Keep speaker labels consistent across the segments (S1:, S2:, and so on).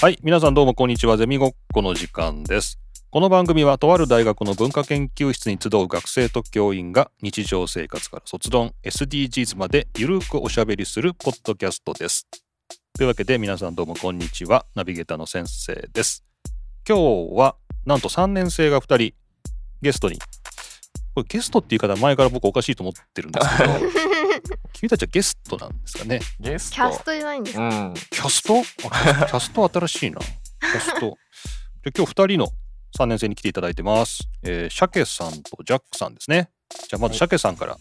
S1: はい、皆さんどうもこんにちは。ゼミごっこの時間です。この番組はとある大学の文化研究室に集う学生と教員が日常生活から卒論、SDGs までゆるくおしゃべりするポッドキャストです。というわけで皆さんどうもこんにちは。ナビゲーターの先生です。今日はなんと3年生が2人ゲストに。これゲストっていう言い方前から僕おかしいと思ってるんですけど君たちはゲストなんですかね
S2: ゲスト。
S3: キャストじゃないんです
S2: う。ん。
S1: キャス トあキャキャスト新しいな。キャスト。じゃあ今日2人の3年生に来ていただいてます。えー、鮭さんとジャックさんですね。じゃあまず鮭さんから。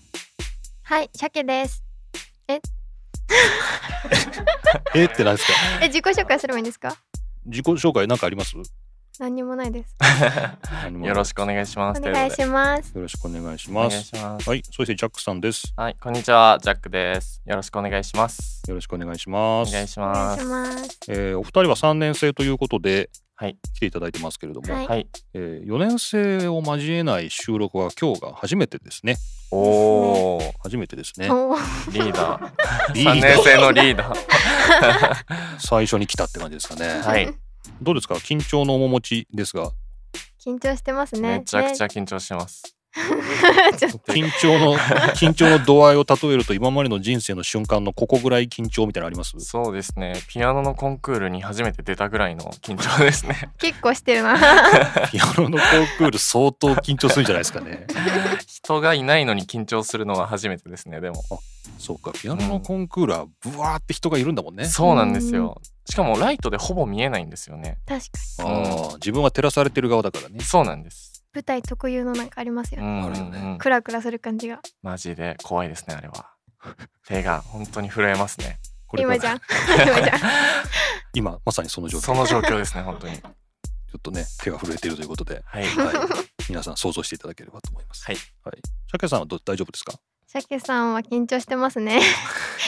S3: はい、鮭です。
S1: えーって何ですか
S3: え、自己紹介すればいいんですか？
S1: 自己紹介なんかあります
S3: 何にもないです。
S1: 何も
S2: よろしくお願いします。
S3: お願いします。
S1: よろしくお願いし
S2: という
S1: ま
S2: ことでお願い
S1: す。
S2: します。
S1: はい、そしてジャックさんです。
S2: はい、こんにちは、ジャックです。よろしくお願いします。
S1: よろしくお願いしま
S2: お
S1: す。
S2: 願いし
S3: お願
S2: ま
S3: いし
S2: す。
S3: ます。
S1: えーお二人は3年生ということで、
S2: はい
S1: 来ていただいてますけれども、
S3: はい
S2: はい。
S1: え4年生を交えない収録は今日が初めてですね。
S2: おー、
S1: 初めてですね。
S3: おー
S2: リーダー。
S1: リー
S2: 3
S1: ダ
S2: 年
S1: ー
S2: 生のリーダー。
S1: 最初に来たって感じですかね。
S2: はい。
S1: どうですか緊張の面持ちですが、
S3: 緊張してますね。
S2: めちゃくちゃ
S3: ゃ。
S2: 緊張してます。
S3: ちょっと
S1: 緊張の、 緊張の度合いを例えると、今までの人生の瞬間のここぐらい緊張みたいなのあります
S2: そうですね。ピアノのコンクールに初めて出たぐらいの緊張です ね。
S3: 結構してるな。
S1: ピアノのコンクール相当緊張するんじゃないですか ね。
S2: 人がいないのに緊張するのは初めてですね。でも、
S1: そうか、ピアノのコンクールはブワーって人がいるんだもんね。
S2: そうなんですよ。しかもライトでほぼ見えないんですよね。
S3: 確かに。
S1: あー自分は照らされてる側だからね。
S2: そうなんです。
S3: 舞台特有のなんかありますよ
S2: う
S3: ね。
S2: ん
S1: あるよね
S2: うん
S3: クラクラする感じが。
S2: マジで怖いですねあれは手が本当に震えますね
S1: これ
S3: 今じゃん。今じゃん。
S1: 今まさにその状況。ち
S2: その状況ですね本当に
S1: ょっとね、手が震えているということで、
S2: はい
S1: はい、皆さん想像していただければと思います。
S2: はい。
S1: はい。鮭さんはど大丈夫ですか
S3: 鮭さんは緊張してますね。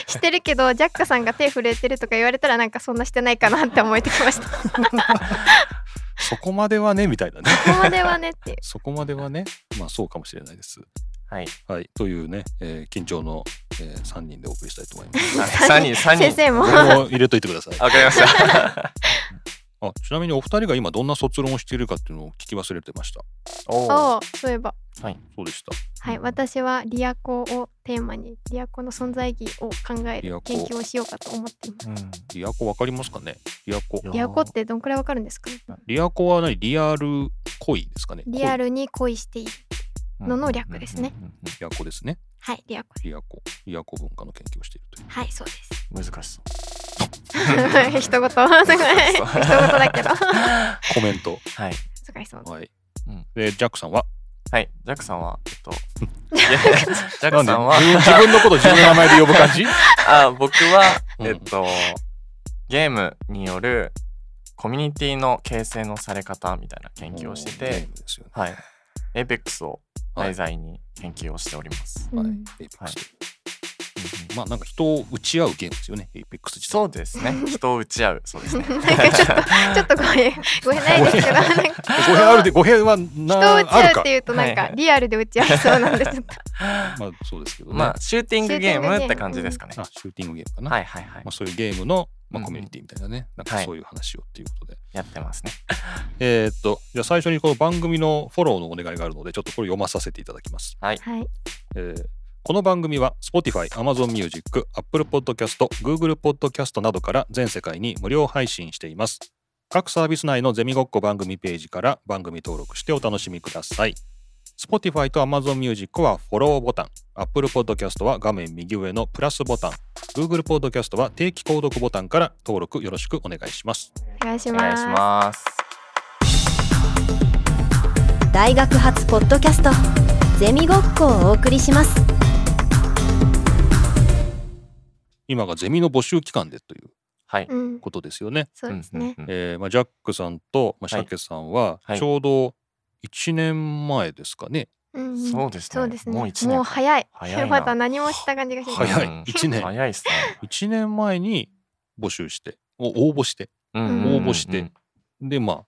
S3: してるけど、ジャックさんが手震えてるとか言われたらなんかそんなしてないかなって思えてきました。こ
S1: そこまではね、みたいなね。
S3: こまではねっていう。
S1: そこまではね、まあそうかもしれないです。
S2: はい
S1: はい、というね、えー緊張の、え3人でお送りしたいと思い ます。
S2: 3人3
S3: 先
S2: 人
S3: 生も。
S1: これも入れといてください。
S2: わかりま した
S1: あちなみにお二人が今どんな卒論をしているかっていうのを聞き忘れてました。
S2: おー
S3: おーそういえば。
S1: そうでした。
S3: はい、私はリアコをテーマにリアコの存在意義を考え
S1: リアコ
S3: る研究をしようかと思っています。
S2: うん
S1: リアコわかりますかねリアコ。
S3: リアコってどんくらいわかるんですかね
S1: リアコは何リアル恋ですかね
S3: リア
S1: ル。
S3: ルに恋している。のの略ですね
S2: うんうん
S1: 恋リアコですね。
S3: はい、リアコ。
S1: リアコ。リアコ文化の研究をしているという。
S3: はい、そうです。
S2: うん難しそう
S3: 一言、 すごい。一言だけど。
S2: は
S1: コメン ト。
S2: い
S3: 難しそう。
S1: はい。
S2: うん
S1: で、ジャックさんは
S2: はいジャックさんはえっ といやジャックさんは
S1: なんで自分自分のこと自分の名前で呼ぶ感じ
S2: あ僕は
S1: うん
S2: えっとゲームによるコミュニティの形成のされ方みたいな 研究をして
S1: ゲー
S2: て
S1: ムですよね。
S2: はい APEX を
S1: はい
S2: 題材に研究をしております、
S3: う
S1: はい
S3: ん。
S1: エイペックス。まあなんか人を打ち合うゲームですよね。エイペックス自体
S2: そうです ね。人を打ち合う。そう ですね。
S3: なんかちょっと、ちょっとごめん、ごめんないですけど、なんか
S1: 語弊あるで語弊はな
S3: 人を打ち
S1: あ
S3: 合う
S1: る
S3: っ
S1: か
S3: て。いうとなん
S2: は
S3: か
S2: い
S3: リアルで打ち合いそうなんでちょっと。
S1: まあそうですけどね。
S2: まあ、シューティングゲー
S3: シューティングゲー
S2: ム
S3: ム
S2: って感じですかね。
S1: あシューティングゲームかな。
S2: はいはいはい
S1: まあ、。そういうゲームの、ま
S2: う
S1: あ、
S2: ん
S1: コミュニティみたいなね、なんか
S2: はい
S1: そういう話をっていうことで。
S2: やってますね。
S1: えーっと、じゃあ最初にこの番組のフォローのお願いがあるので、ちょっとこれ読まさせていただきます。
S3: はい。
S1: えーこの番組は Spotify、Amazon Music、Apple Podcast、Google Podcast などから全世界に無料配信しています。各サービス内のゼミごっこ番組ページから番組登録してお楽しみください。Spotify と Amazon Music はフォローボタン、Apple Podcast は画面右上のプラスボタン、Google Podcast は定期購読ボタンから登録よろしくお願いします。
S3: お願いし
S2: お願
S3: ま
S2: いし
S3: す。
S2: ます。
S4: 大学発ポッドキャストゼミごっこをお送りします
S1: 今がゼミの募集期間でという
S2: はい。
S3: うん。
S1: ことですよね。
S3: そうですね。
S2: うんうんうん
S1: えーまあ、ジャックさんと、まあ、シ
S2: は
S1: ャ
S2: い
S1: ケさんは
S2: はい
S1: ちょうど1年前ですかね、
S3: うん。
S2: そうですね。
S3: そうですね。
S2: もう一年。
S3: もう早い。
S2: 早いな
S3: まだ何もした感じがしない。
S1: 早い
S2: うん
S1: 一年
S2: 早いですね。
S1: 1年前に募集してお応募して
S2: うん
S3: 応
S1: 募して。
S2: うんうんうん
S1: でまあ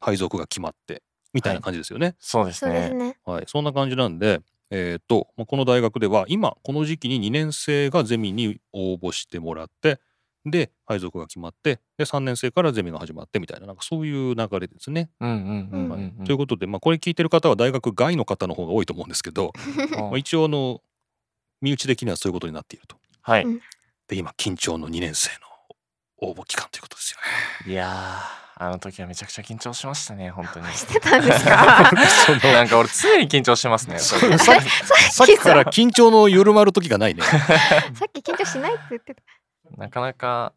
S1: 配属が決まってみたいな感じですよね、
S2: そうです
S3: そうです
S2: ね。
S3: ね。
S1: はいそんな感じなんでえっ、と、まあ、この大学では今この時期に2年生がゼミに応募してもらってで配属が決まってで3年生からゼミが始まってみたいななんかそういう流れですね。
S2: うんうんうんうんうん。
S1: ということで、まあ、これ聞いてる方は大学外の方の方が多いと思うんですけど、
S2: あ
S1: まあ、一応あの身内的にはそういうことになっていると。
S2: は
S3: う
S2: い
S3: ん。
S1: で今緊張の2年生の応募期間ということですよね。
S2: いやーあの時はめちゃくちゃ緊張しましたね本当に。
S3: してたんで すか
S1: その
S2: なんか俺常に緊張して ますね。
S1: そうささっきから緊張の緩まる時がない ね。
S3: さっき緊張しないって言ってた。
S2: なかなか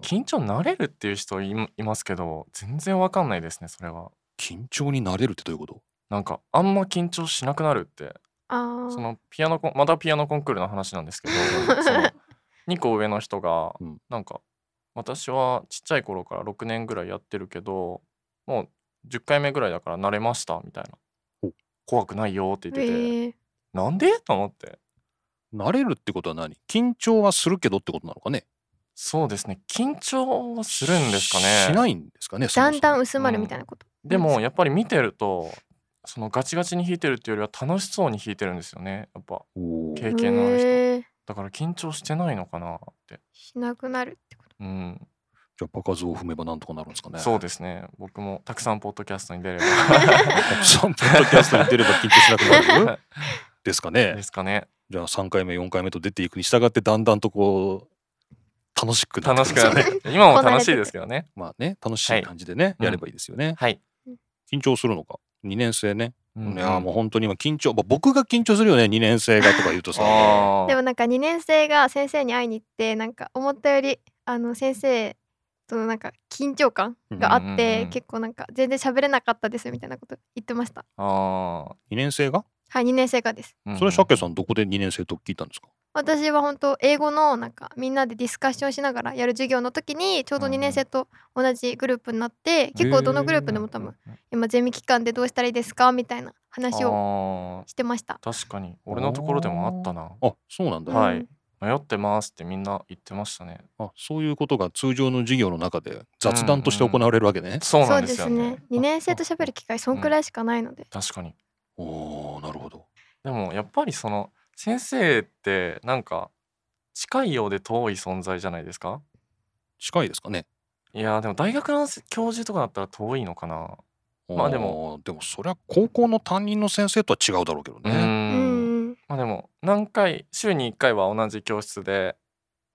S2: 緊張慣れるっていう人いいますけど全然わかんないですねそれは。
S1: 緊張になれるってどういうこと
S2: なんかあんま緊張しなくなるって
S3: ああ。
S2: そのピアノコンまたピアノコンクールの話なんですけ どその2個上の人が
S1: うん
S2: なんか私はちっちゃい頃から6年ぐらいやってるけどもう10回目ぐらいだから慣れましたみたいな
S1: お
S2: 怖くないよって言ってて、
S3: ええ
S2: なんでと思って
S1: 慣れるってことは何緊張はするけどってことなのかね
S2: そうですね緊張はするんですかね
S1: しないんですかね
S3: だんだん
S1: ん
S3: 薄まるみたいなこと。
S2: でもやっぱり見てるとそのガチガチに弾いてるっていうよりは楽しそうに弾いてるんですよねやっぱ経験のある人
S3: ええ
S2: だから緊張してないのかなって
S3: しなくなるってこ
S2: うん
S1: じゃあ場数を踏めばなんとかなるんですかね
S2: そううですね僕もたくさんポッドキャストに出れば
S1: 3ポッドキャストに出れば緊張しなく なるですかね
S2: ですかね
S1: じゃあ3回目4回目と出ていくに従ってだんだんとこう楽しくなって
S2: 楽しくなっ
S1: ね
S2: て 今も楽しいですけどね
S1: まあね楽しい感じでね、
S2: はい
S1: やればいいですよね、
S2: はい、
S1: 緊張するのか2年生ね、
S2: うん
S1: いやーもう本当に今緊張、まあ僕が緊張するよね2年生がとか言うとさ
S2: あ
S3: と。で
S2: ー
S3: もなんか2年生が先生に会いに行ってなんか思ったよりあの先生とのなんか緊張感があっ
S2: うんうん
S3: て、
S2: うん
S3: 結構なんか全然喋れなかったですみたいなこと言ってました。
S2: あ
S1: 2年生が
S3: はい2年生がです。
S2: ー、うん
S1: それシャケさんどこで2年生と聞いたんですか
S3: 私は本当英語のなんかみんなでディスカッションしながらやる授業の時にちょうど
S2: うん
S3: 2年生と同じグループになって、結構どのグループでも多分、今ゼミ期間でどうしたらいいですかみたいな話を
S2: を
S3: してました。
S2: 確かに俺のところでもあったな
S1: あそうなんだ、
S2: は
S3: う
S2: い
S3: ん
S2: 迷ってますってみんな言ってましたね
S1: あそういうことが通常の授業の中で雑談として行われるわけね。
S2: そう
S3: そ
S2: な
S3: うん
S2: で
S3: です
S2: よ
S3: す
S2: ね
S3: ね。2年生と喋る機会そんくらいしかないので。
S2: 確かに
S1: おおなるほど。
S2: でもやっぱりその先生ってなんか近いようで遠い存在じゃないですか
S1: 近いですかね。
S2: いやーでも大学の教授とかだったら遠いのかなま
S1: ま
S2: あ
S1: あ
S2: で
S1: で
S2: も
S1: もでもそりゃ高校の担任の先生とは違うだろうけど
S2: う
S1: ね。
S3: うんん。
S2: まあでも何回週に1回は同じ教室で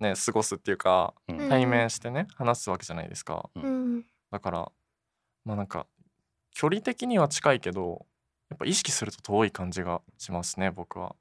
S2: ね過ごすっていうか
S1: うん
S3: うん
S2: 対面してね話すわけじゃないですか
S3: うん。
S2: だからまあなんか距離的には近いけどやっぱ意識すると遠い感じがしますね僕は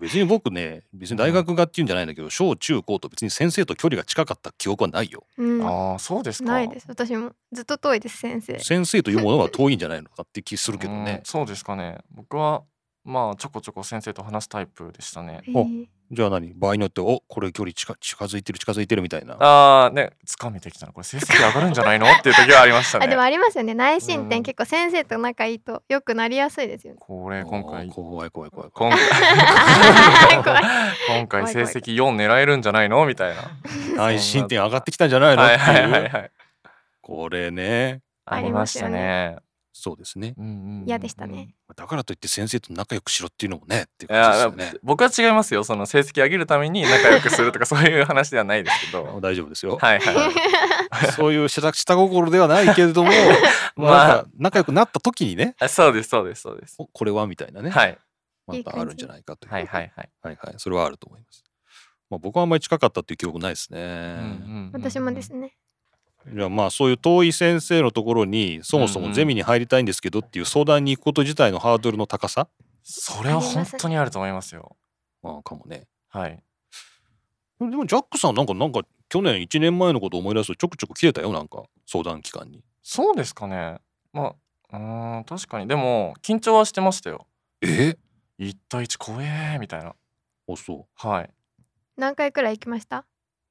S1: 別に僕ね別に大学がっていうんじゃないんだけど小中高と別に先生と距離が近かった記憶はないよ。
S3: うん。
S2: ああそうですか
S3: ないです。私もずっと遠いです先生。
S1: 先生というものは遠いんじゃないのかって気するけど
S2: う
S1: ね
S2: ん。そうですかね僕はまあちょこちょこ先生と話すタイプでしたね
S3: へー
S1: じゃあ何場合によっておこれ距離近近づいてる近づいてるみたいな。
S2: ああね掴めてきたなこれ成績上がるんじゃない のっていう時はありました
S3: あでも
S2: ね
S3: ありますよね内申
S2: うん
S3: 点結構先生と仲いいと良くなりやすいですよね。
S2: これ今回
S1: おー怖い怖い怖い怖い。
S2: 今 回今回
S3: 怖い怖い
S2: 成
S3: 怖い
S2: 績4狙えるんじゃないのみたいな。
S1: 内心点上がってきたんじゃないのっ
S2: は
S1: てい。
S2: いうはいはいはい。
S1: これね
S2: ありましたね。
S1: そうですね。
S2: うんうんうん
S3: 嫌でしたね。
S1: だからといって先生と仲良くしろっていうのもねっていう
S2: い
S1: 感じです
S2: や
S1: よね。
S2: 僕は違いますよその成績上げるために仲良くするとかそういう話ではないですけ
S1: もう
S2: ど
S1: 大丈夫ですよ。
S2: はいはい
S1: そういう下下心ではないけれ ども、まあ、なんか仲良くなった時にね、
S2: あそうですそうですそうです
S1: おこれはみたいなね、
S2: はい
S1: またあるんじゃないかという。
S2: はいはいはい
S1: はいはいそれはあると思います。まあ、僕はあんまり近かったっていう記憶ないですね。
S3: 私もですね。
S1: じゃあまあそういう遠い先生のところにそもそもゼミに入りたいんですけどっていう相談に行くこと自体のハードルの高さ、
S2: それは本当にあると思いますよ
S1: まあ、かもね。
S2: はい
S1: でもジャックさんなんかなんか去年1年前のことを思い出すとちょくちょく来てたよなんか相談機関に。
S2: そうですかねまあうーん確かにでも緊張はしてましたよ
S1: え
S2: 1対1怖えみたいな
S1: あそう。
S2: はい
S3: 何回くらい行きました？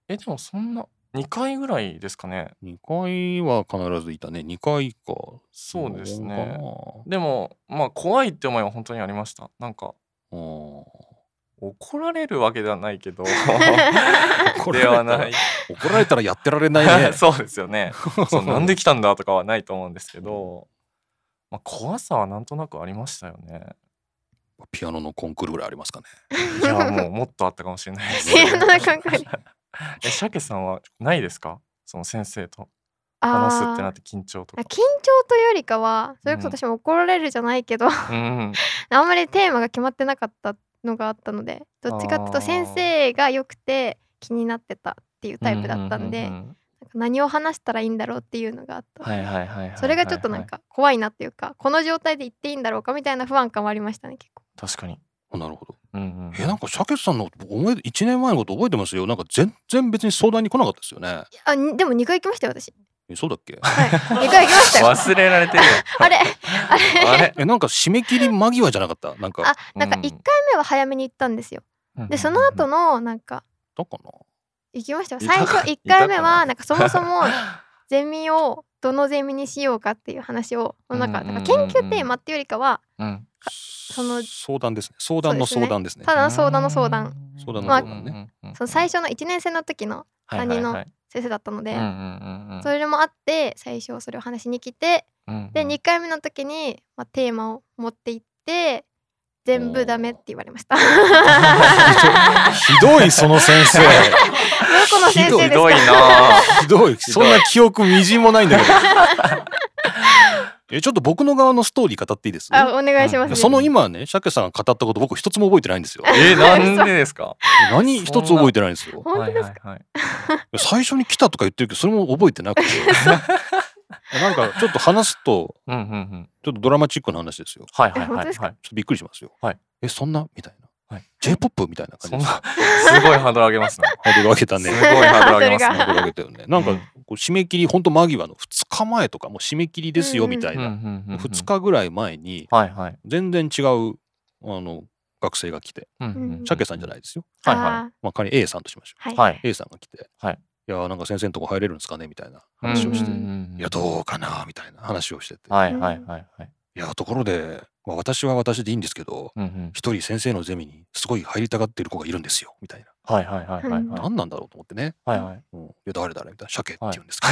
S2: えでもそんな2回ぐらいですかね
S1: 2回は必ずいたね2回か
S2: そうです
S1: な
S2: ね
S1: もんか
S2: でもまあ怖いって思いは本当にありましたなんか
S1: なうん
S2: 怒られるわけではない けど
S1: 怒られ
S2: では
S1: た
S2: な
S1: ら
S2: い
S1: 怒られたらやってられないね
S2: そうですよね そうなんで来たんだとかはないと思うんですけど、まあ、怖さはなんとなくありましたよね
S1: ピアノのコンクールぐらいありますかね
S2: いやもうもっとあったかもしれないです
S3: ピアノのコンクール
S2: え、鮭さんはないですかその先生と
S3: あ
S2: 話す
S3: ー
S2: ってなって緊張とか
S3: あ緊。張というよりかはそれこそ私も怒られるじゃないけど、
S2: うん。
S3: あんまりテーマが決まってなかったのがあったのでどっちかっていう
S2: あ
S3: と
S2: ー
S3: 先生が良くて気になってたっていうタイプだったん
S2: うう
S3: で、
S2: ううん
S3: なんか何を話したらいいんだろうっていうのがあった、
S2: はいはいはいはい。
S3: それがちょっとなん
S2: はいは
S3: か怖いなっていうか、この状態で言っていいんだろうかみたいな不安感もありましたね結構。
S2: い。確かに。
S1: なるほど。
S2: うんうん。
S1: え、なんか、シャケさんのこと思い、1年前のこと覚えてますよ。なんか、全然別に相談に来なかったですよね。
S3: あにでも2回行きましたよ私。
S1: えそうだっけ
S3: はい、2回行き ましたよ。
S2: 忘れられてるよ。
S3: あれ
S2: あ れ
S1: え、なんか、締め切り間際じゃなかったなんか
S3: あ、なんか1回目は早めに行ったんですよ。でその後
S2: の
S3: のなんか
S1: どうかな
S3: 行きましたよ
S2: いた
S3: 最初1回目はなんかそもそも
S2: は
S3: ゼミをどのゼミにしようかっていう話をなんか
S2: うんうんうんう
S3: な
S2: んん
S3: か研究テーマっていうよりかは
S2: うん
S1: そ
S3: の
S1: 相談ですね。相談の
S3: そうですね
S1: 相談ですね。
S3: ただの相談の相談。
S1: 相談
S3: の相
S1: 談ね
S2: まあ
S3: その最初の1年生の時の
S2: はいはいはい
S3: 先生だったので、
S2: うんうんうんうん
S3: それもあって最初それを話しに来て
S2: うん
S3: で
S2: うん
S3: 2回目の時に、まあ、テーマを持って行って全部ダメって言われました。ど
S1: ひどい、その先 生。
S3: この先
S2: ひ
S3: 生です
S2: どい
S3: か
S2: な
S1: ひどい。そんな記憶みじんもないんだけ ど。え、ちょっと僕の側のストーリー語っていいです
S3: あお願いしま
S1: い
S3: す、
S1: や
S3: ね、
S1: その今ね、シャケさんが語ったこと僕一つも覚えてないん ですよ。
S2: えなんでですか
S1: 何一つ覚えてないんですよ。
S3: 本当です
S2: かはいはいはい
S1: 最初に来たとか言ってるけど、それも覚えてな くて。なんかちょっと話すと、
S2: うんうんうん
S1: ちょっとドラマチックな話ですよ。
S2: はいはい
S3: え本
S2: は
S3: 当
S2: い
S3: です
S2: はい
S1: ちょっとびっくりしますよ。
S2: はい
S1: え、そんなみたいな。
S2: はい
S1: J-POP みたいな
S2: そ
S1: 感
S2: ん
S1: じ
S2: な
S1: です。
S2: すごいハードル上げますね
S1: ハードル上げた
S2: すご
S1: ね
S2: い。ハードル上げます
S1: ハ
S2: ね
S1: ードル上げたよね。なんか
S2: うん
S1: こう締め切り、ほんと間際の2日前とか、もう締め切りですよみたい
S2: うん
S1: な。
S2: うんうんうん
S1: 2日ぐらい前に、
S2: はいはい
S1: 全然違う、あの、学生が来て、
S2: うんうん
S1: シャケさんじゃないですよ。
S2: はいは
S3: あ
S1: まあ仮に A さんとしましょう。
S3: ーはい、
S2: いはい
S1: A さんが来て、
S2: はい
S1: やーなんか先生のとこ入れるんですかねみたいな話を
S3: うん
S1: し
S3: う
S1: て、
S3: ん
S1: いやどうかなみたいな話をしてて、
S2: はいはいはいはい
S1: いやところで、まあ、私は私でいいんですけど
S2: うんうん
S1: 一人先生のゼミにすごい入りたがってる子がいるんですよみたいな、
S2: はいはいはいはいはい
S1: 何なんだろうと思ってね、
S2: はいはい
S1: うん、いや誰誰みたいな鮭って言うんですか、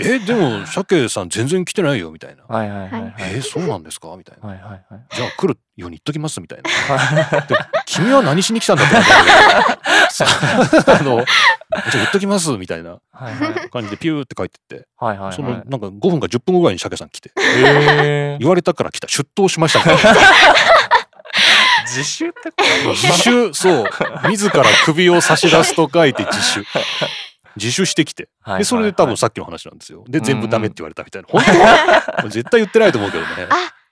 S1: えでも鮭さん全然来てないよみたいな、
S2: はいはいはいはい
S1: えーそうなんですかみたいな、
S2: はいはいはい
S1: じゃあ来るように言っときますみたいなで君は何しに来たんだって思った んだけどさあ のじゃあ言っときますみたいな
S2: はいはい
S1: 感じでピューって書いてって
S2: はいはい
S1: そ
S2: は
S1: の
S2: い
S1: なんか5分か10分後ぐらいに鮭さん来て
S2: えー
S1: 言われたから来た出頭しましたみ たいな
S2: 自習ってこ
S1: 自首そう自ら首を差し出すと書いて自首自首してきて
S2: と
S1: でそれで多分さっきの話なんですよで全部ダメって言われたみ たいな本当もう絶対言ってないと思うけどね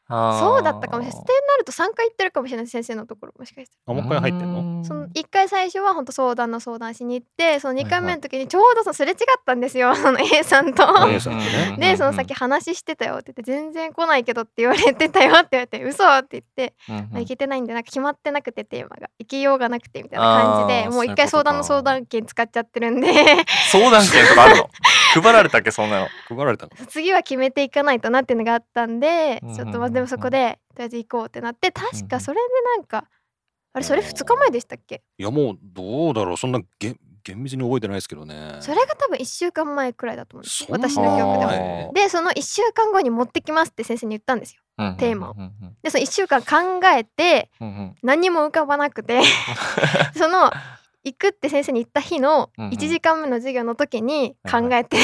S3: あそ
S2: そう
S3: だったかもしれないってなると3回行ってるかもしれない先生のところもしかして
S1: あもう一回入ってんの
S3: その1回最初は本当相談の相談しに行ってその2回目の時にちょうどそのすれ違ったんですよ その A さんと。
S1: お姉さんとね
S3: でその先話してたよって言って全然来ないけどって言われてたよって言われて嘘って言って、まあ、行けてないんでなんか決まってなくてテーマが行けようがなくてみたいな感じ
S2: あー
S3: でもう
S2: そういうこと
S3: 一回
S2: か
S3: 相談の相談権使っちゃってるんで
S2: 相談権とかあるの配られたっけそんなの
S1: 配られたの
S3: 次は決めていかないとなっていうのがあったんで
S2: うんうんうん
S3: ちょっとまあでもそこでとりあえず行こうってなって確かそれでなんかあれそれ2日前でしたっけ
S1: いやもうどうだろうそんなげ厳密に覚えてないですけどね
S3: それが多分1週間前くらいだと思うんで
S1: そ
S3: す
S1: んな
S3: 私の記憶で
S1: は
S3: も。でその1週間後に持ってきますって先生に言ったんですよ。テーマをでその1週間考えて何も浮かばな くてその行くって先生に言った日の
S2: うんうん
S3: 1時間目の授業の時に考 えてい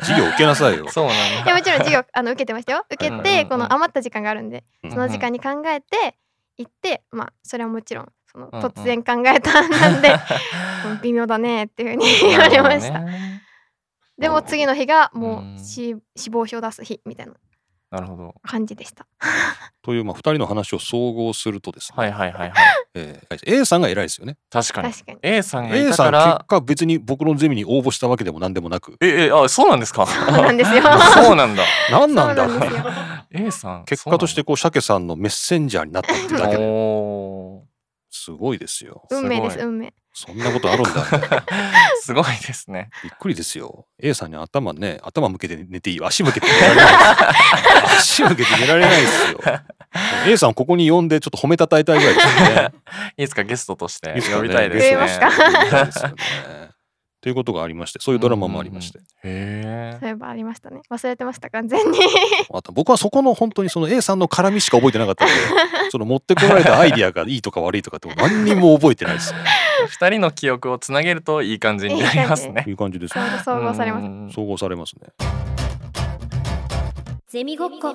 S1: 授業受けなさい よ
S2: そうなん
S3: や
S2: だ
S3: もちろん授業あの受けてましたよ受け
S2: うんうんう
S3: て
S2: ん
S3: この余った時間があるんで
S1: うん
S3: その時間に考えて行ってまあそれはもちろんその
S2: うんうん
S3: 突然考えたなんで うん微妙だねっていうふうに言われました。でも次の日がも
S2: うん
S3: うし死亡表を出す日みたいな
S2: なるほど
S3: 感じでした。
S1: というまあ2人の話を総合するとですね、
S2: はいはいはいはい
S1: えー A さんが偉いですよね
S2: 確かに
S3: 確かに。
S2: A さんがい
S1: A
S2: た
S1: さ
S2: か
S1: ん結
S2: ら
S1: 果別に僕のゼミに応募したわけでも何でもなく
S2: ええあそうなんですか
S3: そうなんです よ。
S2: そうなん だ
S1: 何なんだ
S3: そうなんですよ
S2: A さん
S1: 結果としてこう鮭さんのメッセンジャーになったって
S2: そうな
S1: だ
S2: ん
S1: けで
S2: だおー
S1: すごいですよ
S2: ごい
S3: 運命です運命。
S1: そんなことあるんだ
S2: すごいですね
S1: びっくりですよ A さんに頭ね頭向けて寝ていいよ足向けて寝られ ない足向けて寝られないですよ A さんをここに呼んでちょっと褒めたたえたい ぐらいですよね
S2: いつかゲストとして
S1: いつかね
S2: 呼びたい
S1: ゲス
S2: です
S1: ト
S2: ね
S1: として呼びたいですよねということがありましてそういうドラマもありまして、
S2: へ
S3: そういえばありましたね忘れてました 完全に
S1: あと僕はそこの本当にその A さんの絡みしか覚えてなか ったのでその持ってこられたアイディアがいいとか悪いとかって何にも覚えてないです
S2: え二人の記憶をつなげるといい感じになりますね
S1: という感じです
S3: ち ょうど総合されます
S2: うん
S1: 総合されますね、
S4: ゼミごっこ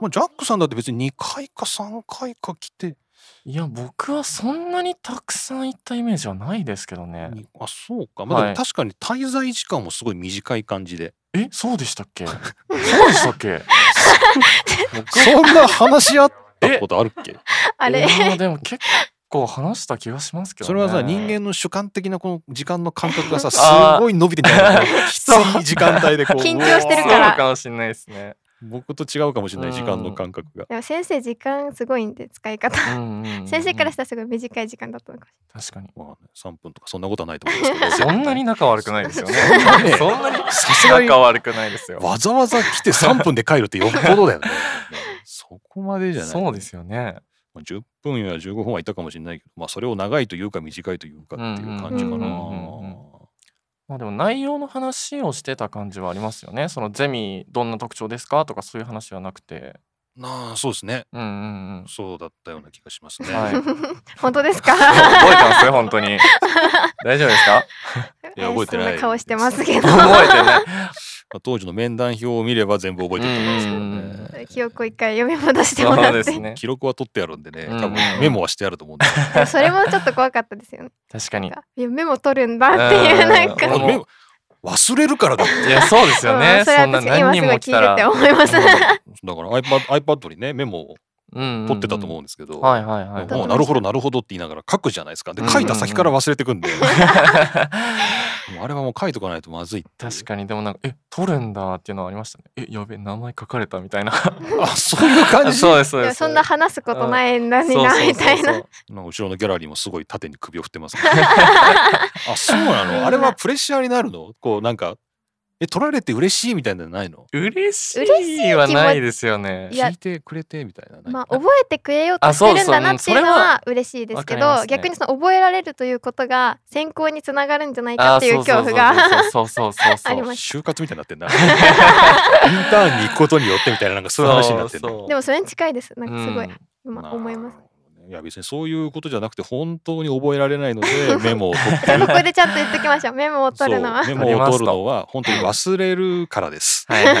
S1: まあ、ジャックさんだって別に2回か3回か来て
S2: いや僕はそんなにたくさん行ったイメージはないですけどね
S1: にあそうかまあで
S2: は
S1: も
S2: い
S1: 確かに滞在時間もすごい短い感じで、
S2: えそうでしたっけそうでしたっけ僕
S1: そんな話し合ったことあるっけ
S3: あれ、
S2: いやでも結構話した気がしますけど、ね、
S1: それはさ人間の主観的なこの時間の感覚がさす
S2: あー
S1: ごい伸びてんじゃないのきつい時間帯でこう
S3: 緊張してるから
S2: そうかもしれないですね
S1: 僕と違うかもしれない時間の感覚が
S3: でも先生時間すごいんで使い方
S2: うんうんうん
S3: 先生からしたらすごい短い時間だったのかもし
S2: 確かに
S1: まあね、3分とかそんなことはないと思いますけど
S2: そんなに仲悪くないですよね
S1: ね
S2: そんなに
S1: さすがに
S2: 仲悪くないですよ
S1: わざわざ来て3分で帰るってよっぽどだよねそこまでじゃない
S2: そうですよね
S1: まあ10分や15分はいたかもしれないけど、まあ、それを長いというか短いというかっていう感じかな、
S3: うんうんうん
S2: うんうんまあでも内容の話をしてた感じはありますよねそのゼミどんな特徴ですかとかそういう話はなくて
S1: なあそうですね
S2: うんうんうん
S1: そうだったような気がし ますね、
S2: れない
S3: れ
S2: は
S3: ない 本当ですか
S2: 覚えてます本当に大丈夫です か
S1: いや覚えてない
S3: そんな顔してますけ ど
S2: 覚えてない
S1: まあ当時の面談表を見れば全部覚えてると思うんですけどね
S3: 記憶を一回読み戻してもら
S2: そうで
S3: ってそ
S2: すね
S1: 記録は取ってあるんでね
S2: うん
S1: 多分メモはしてあると 思うんですけど
S3: れもちょっと怖かったですよね
S2: 確かに
S3: なんかいやメモ取るんだっていう
S2: うん
S3: なん
S2: う
S3: か
S2: ん
S1: あのメモ忘れるから だもん
S2: いやそうですよ
S3: う
S2: ね
S3: んそれ
S2: そんな
S3: 私今
S2: 何人
S3: すご
S2: も
S3: い
S2: 来
S3: 聞
S2: た
S3: いてて
S2: ら
S3: 思います
S1: だから iPad, iPad にねメモを
S2: 取
S1: 取ってたと思うんですけど、
S2: はいはいはい
S1: もうなるほどなるほどって言いながら書くじゃないですかで
S2: うん
S1: 書いた先から忘れてくんで、もうあれはもう書いとかないとまずいっていう
S2: 確かにでもなんかえ取るんだっていうのはありましたねえやべ名前書かれたみたいな
S1: あそういう感じ
S2: そうですそう
S3: で
S2: で
S3: も
S2: す
S3: そんな話すことないんだ
S2: そう
S3: に
S2: そう
S3: な
S2: そう
S3: みたい
S2: そ
S3: な
S2: う
S1: なんか後ろのギャラリーもすごい縦に首を振ってます、ね、 あそうなのあれはプレッシャーになるのこうなんかえ取られて嬉しいみたいなのないの
S2: 嬉し
S3: 嬉しい気
S2: い
S3: 持ち
S2: はないですよね
S3: いや
S1: 聞いてくれてみたいなない
S3: まあ覚えてくれようとしてるんだなっていうのは嬉しいです
S2: わか
S3: け
S2: り
S3: ど
S2: ますね
S3: 逆にその覚えられるということが選考につながるんじゃないかっていう恐怖が
S2: あそうそうそうそうそうそうそう
S3: あります
S1: 就活みたいになってん なインターンに行くことによってみたいななんかそういう話になってんな
S2: そうそう
S3: でもそれに近いですなんかすごい
S2: うん
S3: 今思います
S1: なるほどねいや別にそういうことじゃなくて本当に覚えられないのでメモを取って
S3: じゃあ こ
S1: る
S3: こでちゃんと言ってきましょうメモを取るのは
S1: そうメモを取るのは本当に忘れるからです
S2: はいはい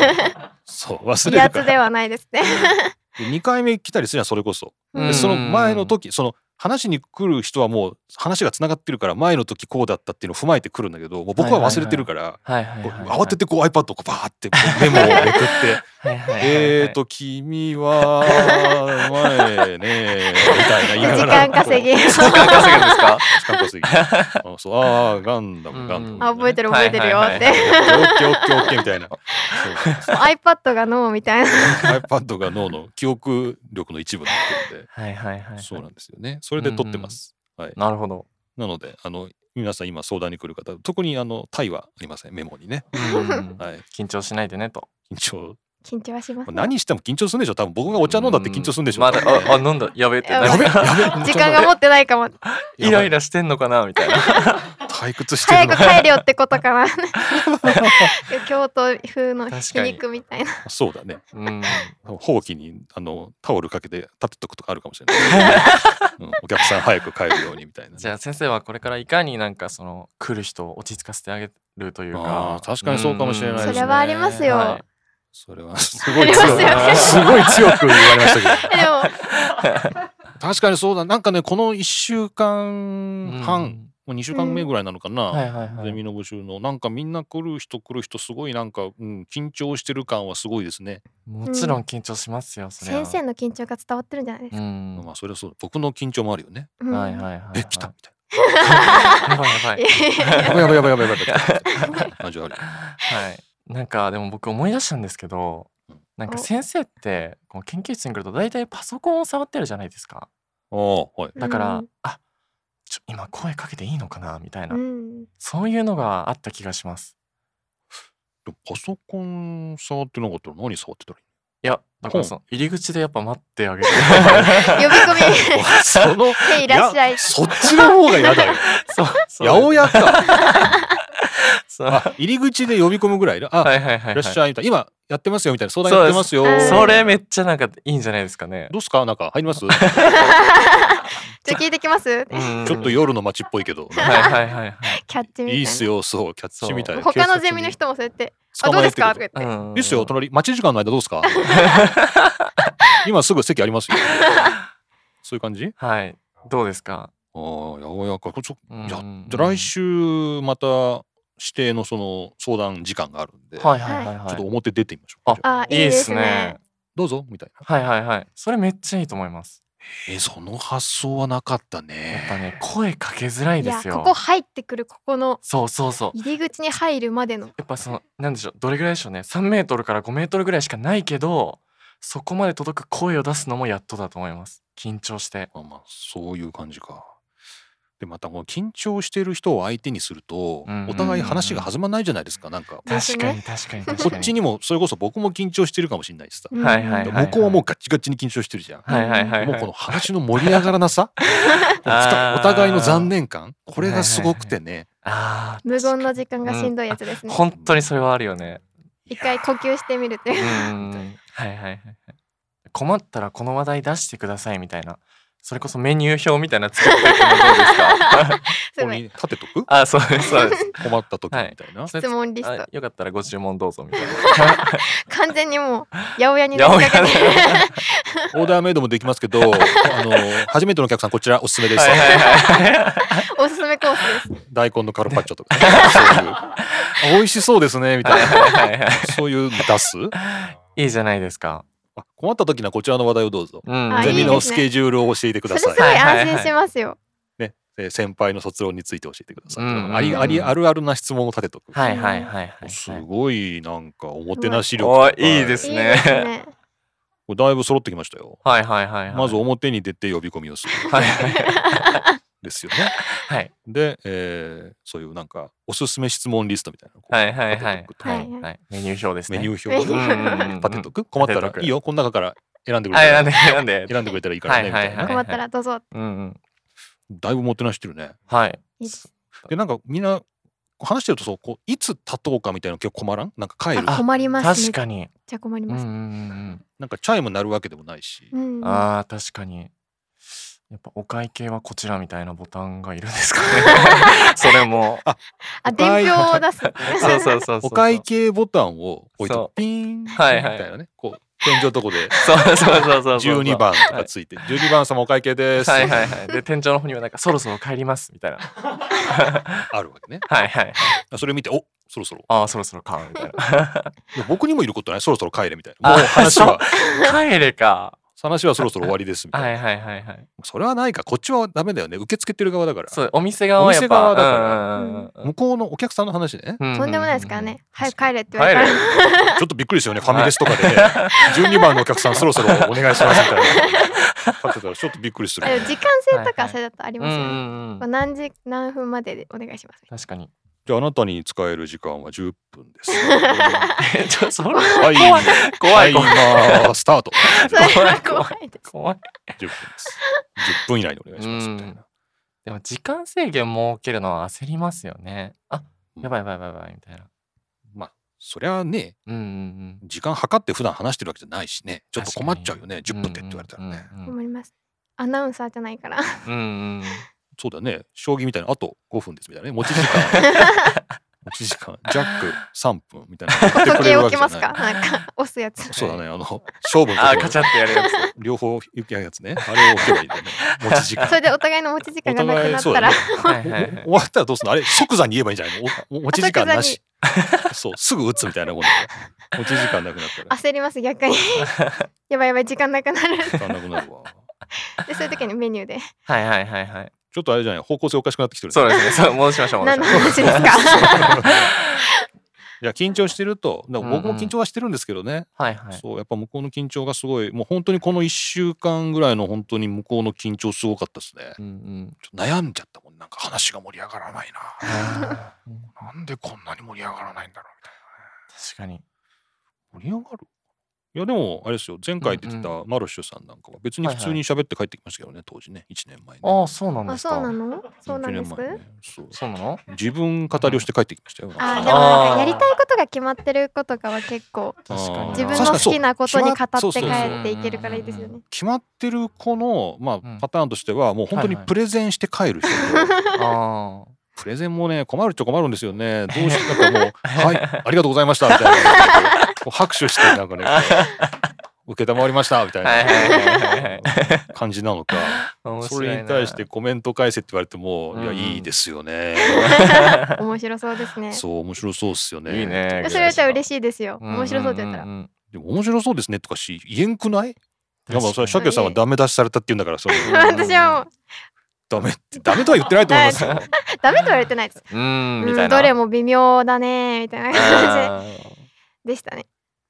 S1: そう忘
S3: 威
S1: れるか
S3: 圧
S1: ら
S3: ではないですね
S1: で2回目来たりするやんそれこそ、
S3: うん
S1: でその前の時その話に来る人はもう話がつながってるから前の時こうだったっていうのを踏まえてくるんだけどもう僕は忘れてるから、
S2: はいはい
S1: こう
S2: はい
S1: 慌ててこう iPad をこうバーってこうメモをめくって
S2: はいはいはいはい
S1: えーと、君は、前ね、 みたいな言い
S3: 時
S1: ながら。
S3: 間 稼ぎ
S2: 時間稼ぐんですか
S1: 時間稼ぎ。 あそう、あーガンダ
S2: う
S1: ム、
S2: ん
S1: ガンダム。
S3: あ覚えてる覚えてるよ
S2: はいは
S3: っ
S2: い
S3: て
S1: オッケーオッケーオッケーみたい な。そう
S3: iPad が脳みたいな
S1: iPad が脳の記憶力の一部になってるん
S2: はいはいはいは
S1: で、
S2: い
S1: そうなんですよね。それで撮ってます。はい。
S2: なるほど
S1: なので、あの、皆さん今相談に来る方、特にあの、タイはありません、メモにね。
S2: うん
S1: はい。
S2: 緊張しないでねと
S1: 緊張。
S3: 緊張はしますね
S1: 何しても緊張するんでしょ多分僕がお茶飲んだって緊張するんでしょ
S2: まだああ飲んだやべえって
S3: やべえ
S1: やべ、やべ。
S3: 時間が持ってないかも
S2: イライ
S1: ラ。
S2: ラしてんのかなみたいな
S1: 退屈してるの
S3: 早く帰れよってことかな京都風の皮肉みたいな
S1: そうだね。
S2: うん
S1: ほうきにあのタオルかけて立てとくとかあるかもしれない、うん、お客さん早く帰るようにみたいなね、
S2: じゃあ先生はこれからいかになんかその来る人を落ち着かせてあげるという
S1: あ
S2: か
S1: ー確かにそうかもしれないですねそれ
S3: はありますよ
S2: は
S1: それはすごい
S3: あ
S1: 強
S3: ります
S1: く
S2: よ
S1: すごい強く言われましたけ
S3: でも
S1: ど確かにそうだなんかねこの1週
S2: い
S1: 間半、
S2: うん
S1: もう2週間目ぐらいなのかな、
S2: はいはいは
S1: ゼミ
S2: い
S1: の募集のなんかみんな来る人来る人すごいなんか、うん、緊張してる感はすごいですね、
S2: もちろん緊張しますよそれは
S3: 先生の緊張が伝わってるんじゃないです
S2: う
S3: か、
S2: ん
S1: ま
S2: は
S1: あそれはそう僕の緊張もあるよね、
S3: う
S2: い
S3: ん
S2: はいはいはい
S1: え来たみたい
S2: やばいやばい
S3: いやいやいや
S1: なやばいやばいやばいやばいやばいみたいな 感じはある
S2: はいなんかでも僕思い出したんですけどなんか先生ってこう研究室に来ると大体パソコンを触ってるじゃないですか
S1: おーはい
S2: だから、
S3: うん
S2: あちょ今声かけていいのかなみたいな、
S3: うん
S2: そういうのがあった気がします
S1: でもパソコン触ってなかったら何触ってたらいいの
S2: いやだから
S1: ほう
S2: その入り口でやっぱ待ってあげて
S3: 呼 び込み
S1: その
S3: へいらっしゃ い
S1: やそっちの方が嫌だよ。
S2: そうそう
S1: 八百屋か。
S2: そ う
S1: あ入り口で呼び込むぐらいあ、、
S2: はいいはいはい、
S1: らっし
S2: は
S1: ゃいみたいな今やってますよみたいな相談やってますよ
S3: そうです
S2: それめっちゃなんかいいんじゃないですかね。
S1: どうすかなんか入 りますち
S3: じゃあ聞いてきます
S2: う
S1: ょ
S2: ん
S1: っと夜の街っぽいけど
S2: はいはいはいはい。
S3: キャッチみたいない
S1: いっすよそうキャッチみたいな
S3: 他のゼミの人もそうやって「あどうですか?」とか言 って
S2: うん
S1: いいっすよ隣待ち時間の間どう すか今すぐ席ありますよそういう感じ
S2: はい。どうですか。
S1: ああやおやかこれちょ
S2: うん
S1: じゃじゃあ来。週また指定のその相談時間があるんで、
S2: はいはいはい
S1: ちょっと
S2: は
S1: 表出てみましょうかじゃあ
S3: あ
S2: い。
S3: いいですね。
S1: どうぞみたいな
S2: はいはいはい。それめっちゃいいと思います。
S1: えその発想はなかった
S2: やっ
S1: ね
S2: ぱね声かけづらい
S3: い
S2: で
S3: や
S2: すよ。
S3: ここ入ってくるここの
S2: そうそうそう。
S3: 入り口に入るまでの
S2: やっぱそのなんでしょうどれぐらいでしょうね3メートルから5メートルぐらいしかないけどそこまで届く声を出すのもやっとだと思います緊張して
S1: まあまあそういう感じかでまたこの緊張してる人を相手にすると、
S2: うんうんうん
S1: お互い話が弾まないじゃないですかなんか
S3: です
S2: 確
S3: ね
S2: かに確かに確か
S1: こ
S2: に
S1: っちにもそれこそ僕も緊張してるかもしれないしさ、
S3: うん
S2: はいはいはい
S1: 向こうはもうガチガチに緊張してるじゃん、
S2: はいはいはいはい
S1: もうこの話の盛り上がらな さこのふた
S2: あー
S1: お互いの残念感これがすごくてね、
S2: あー
S3: 無言の時間がしんどいやつですね
S2: 本当にそれはあるよね
S3: 一回呼吸してみるっ て
S2: う
S3: いう
S2: ーん はいはいはいはい困ったらこの話題出してくださいみたいなそれこそメニュー表みたいなの作っておくのどうですか
S3: す
S1: ここ
S3: ごい
S1: に立てとく
S2: あそうですそうです
S1: 困った時みたいな、
S2: それ
S3: 質問リス
S2: あ
S3: ト
S2: よかったらご注文どうぞみたいな
S3: 完全にもう八百屋に
S2: 八
S3: な
S2: 百
S3: り
S2: 屋
S3: かけて
S2: だ
S1: オーダーメイドもできます けどあの初めてのお客さんこちらおすすめです、
S2: はいはいはい
S3: おすすめコースです
S1: 大根のカルパッチョと か、ね、そういうあ美味しそうですねみたいな
S2: はいはいは
S1: そういうの出す
S2: いいいじゃないですか
S1: あ困った時にはこちらの話題をどうぞ
S2: うん
S3: あ
S1: ゼ
S3: い
S1: ミ
S3: いですね
S1: のスケジュールを教えてく
S3: そ
S1: だ
S3: れ
S1: さい
S3: すごい安心しますよ
S1: ね、えー先輩の卒論について教えてください、
S2: うんうんうん
S1: ありありあるあるな質問を立てとく、
S2: はいはいはいはい。
S1: すごいなんかおもてなし
S2: お
S1: 力
S2: ーいいです
S3: いい
S2: ね
S3: ですね
S1: これだいぶ揃ってきましたよ
S2: はいはいはいはい。
S1: まず表に出て呼び込み をする
S2: はいはい
S1: ですよね
S2: はい
S1: で、えーそういうなんかおすすめ質問リストみたいなのをこう
S2: はいはいはい
S1: 立てとくと
S2: は
S3: はい
S2: いはい。メニュー表ですね。
S1: メニュ
S2: ー
S1: ー表
S3: メニュー表
S2: うんうんうん
S1: 立てとく困ったら
S2: 立てとく
S1: いいよこの中から選んでくれ
S2: は
S1: た
S2: いなんで
S1: ら
S2: なんで。
S1: 選んでくれたらいいからねみたい
S2: はい
S1: な
S3: 困ったらどうぞ
S2: うんうん。
S1: だいぶもてなしてるね
S2: はい。
S3: いいです
S1: でなんかみんな話してるとそうこういつ立とうかみたいなの結構困らんなんか帰る
S3: あ困りますめ
S2: 確
S3: っ
S2: かに。
S3: ちゃ困り
S2: うん
S3: ま
S2: うん
S3: す
S1: なんかチャイム鳴るわけでもないし
S3: う、ん
S2: うん。
S3: あ
S2: ああ確かに。やっぱお会計はこちらみたいなボタンがいるんですかね。それも。
S3: 伝票を出す
S2: そうそうそうそう。
S1: お会。計ボタンを置いて
S2: そう
S1: ピーンみ
S2: は
S1: たい
S2: いはい
S1: なねこう天井のとこで
S2: そうそうそうそうそう。
S1: 12。番とかついて12番様お会計です
S2: はい
S1: あ
S2: はいはい。で店長の方にはなんかそろそろ帰りますみたいな。
S1: るわけね
S2: はいはい。
S1: それ見ておそろそろ
S2: ああそろそろかみたいな。
S1: いや僕にもいることないそろそろ帰れみたいな
S2: あ
S1: もう話は
S2: 帰れか。
S1: 話はそろそろ終わりですみたいな、
S2: はいはいはいはい。
S1: それはないかこっちはダメだよね受け付けてる側だから
S2: そうお店側はやっぱ。
S1: お店側だから
S2: うんうんうんうん
S1: 向こうのお客さんの話ね
S2: ううう
S3: とんでもないですからね早く帰れっ
S2: 帰
S3: て言われた
S2: れ
S3: ら。
S1: ちょっとびっくりですよねファミレスとか でね12番のお客さんそろそろお願いします みたいな立ってたらちょっとびっくりする
S3: あ でも時間制とかそれだとあり
S2: う
S3: ま
S2: ん
S3: すよね、
S2: うんう。
S3: こうん何時何分まででお願いします
S2: 確かに。
S1: じゃああなたに使える時間は10分です
S2: えちょそれ
S1: はい
S2: 怖い怖い怖い
S1: タイマースター ト
S3: それは
S2: 怖い
S3: 怖いです
S2: 怖い。
S1: 10分です10分以内にお願いしますみたいな
S2: でも時間制限設けるのは焦りますよね。あやばいやばいやばいやばいみたいな。
S1: まあそりゃあね
S2: うんうんうん。
S1: 時間計って普段話してるわけじゃないしねちょっと困っちゃうよね10分でって言われたらね、
S2: うんうん
S3: 思いますアナウンサーじゃないから
S2: うんうんうん。
S1: そうだね将棋みたいなあと5分ですみたいなね持ち時 間持ち時間ジャック3分みたいな やって
S3: 時
S1: くれ
S3: 計
S1: るわけ
S3: 置き
S1: じゃ
S3: ますか
S1: ない
S3: なんか押すやつ
S1: そうだねあの勝負の
S2: あー
S1: と
S2: カ
S1: こ
S2: チャってやるやつ。
S1: 両方行きやるやつねあれを置けばいいんだよね持ち時間
S3: それでお互いの持ち時間がなくなったら、
S1: お互い
S2: はいはいは
S1: お
S2: い
S1: 終わったらどうすんのあれ即座に言えばいいんじゃないのおお持ち時間なしそうすぐ打つみたいなもんだよ持ち時間なくな ったら
S3: 焦ります逆にやばいやばい時間なくなる
S1: 時間なくなるわ
S3: でそういう時にメニューで
S2: はいはいはいはい。
S1: ちょっとあれじゃない方向性おかしくなってきてるね
S2: そうですね。そう戻しましょう戻
S3: 何
S2: し
S3: の
S2: ましょう。
S3: 話ですか
S1: いや緊張してるとだから僕
S2: うん
S1: も
S2: うん
S1: 緊張はしてるんですけどね、
S2: はいはい。
S1: そうやっぱ向こうの緊張がすごいもう本当にこの1週間ぐらいの本当に向こうの緊張すごかったですね
S2: うんうん。
S1: ちょっと悩んじゃったもんなんか話が盛り上がらない
S2: あー
S1: ななんでこんなに盛り上がらないんだろうみたい
S2: 確かに。
S1: な盛り上がるいやでもあれですよ前回出てたマルシュさんなんかは別に普通に喋って帰ってきましたけどね当時ね1年前ね
S2: ああそうなんで
S3: あ、
S2: す
S3: そうな
S2: か。
S3: の。そうなんです
S1: 1。年前ねそう
S2: そうなの
S1: 自分語りをして帰ってきましたよなんかね
S3: あー、でも、なんかやりたいことが決まってることかは結構。
S2: 確かに
S3: 自分
S1: 確
S3: の
S1: かに
S3: 好
S1: そう
S3: きなことに語
S1: そうそ
S3: って
S1: う
S3: 帰
S1: そう
S3: っていけるからいいですよね。
S1: 決まってる子のま
S2: う
S1: あ
S2: ん
S1: パターンとしてはもう本当に
S2: はいはい
S1: プレゼンして帰る 人と
S2: あ
S1: プレゼンもね困るっちゃ困るんですよ ねどうしようかもう「はいありがとうございました」みたい なこう拍手してなんかねこう「承りました」みた
S2: あ。は
S1: い
S2: いはいはいはい
S1: な感じなのか
S2: はい。
S1: それに対してコメント返せって言われても「いや
S2: うん
S1: いいですよね」
S3: 面白そうですね。
S1: そう面白そうっすよね。
S2: いいね
S3: それじゃ嬉
S1: しい。
S3: しいですよ。面白そうって言ったら。
S2: ら。
S1: でも面白そうですねとかし言えんくない？でもそれ
S2: 確か
S1: 社
S2: に
S1: 協さんはダメ出しされたって言うんだからそれ
S2: うん
S3: 私はもう、
S1: ダメってダメとは言ってないと思います よ。
S3: ダメとは言われてないです。
S2: うーんみた
S3: う
S2: い
S3: ん
S2: な。
S3: どれも微妙だねみたいな感
S2: あ
S3: じでしたね。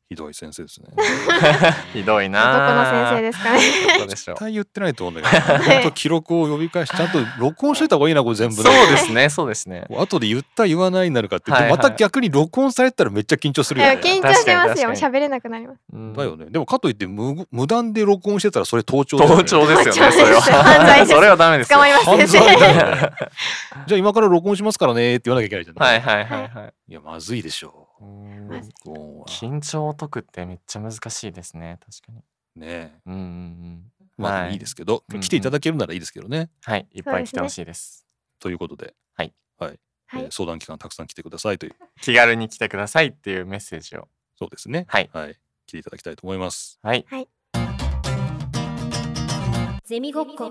S1: ひどい先生ですね。
S2: ー。ひどい
S3: どこの先
S2: な。
S3: 生ですかね。
S2: 生でし
S1: 絶
S2: ょう。
S1: 対言ってないと思うんだけど、本当記録を呼び返しちゃんと録音しといた方がいいなこれ全部
S2: そ
S1: ね。
S2: うですね、そうですね。
S1: こう後で言った言わないになるかって、
S2: はいはい
S1: でまた逆に録音されてたらめっちゃ緊張するよ
S3: え
S1: ね。
S3: 緊張しますよ。
S2: 確か
S3: 喋れなくなります。
S2: だ
S1: だよ。ね。でもかといって無無断で録音してたらそれ盗聴だよね
S2: 盗聴ですよね、それ
S3: 盗聴ですよ犯罪
S2: は。
S3: です
S2: それはダメです
S3: 捕
S2: よ。
S3: まります
S1: 犯
S3: 先
S1: 罪
S3: 生。
S1: だよね。じゃあ今から録音しますからねって言わなきゃいけないじゃない。
S2: はいはいはいはい。
S1: いやまずいでしょ
S2: う
S1: う。
S2: ん
S1: 録音は
S2: 緊張を解くってめっちゃ難しいですね、確かに。
S1: ねえ
S2: うんうんうん。
S1: まあ
S2: はい
S1: いいですけど、
S2: うんうん
S1: 来ていただけるならいいですけどね。
S2: はい、いっぱい来てほしいです。
S1: ということで、
S2: はい
S1: はいえー
S3: はい
S1: 相談機関たくさん来てくださいという
S2: 気軽に来てくださいっていうメッセージを。
S1: そうですね。
S2: はい
S1: はい、来ていただきたいと思います。
S2: はい。
S4: ゼミごっこ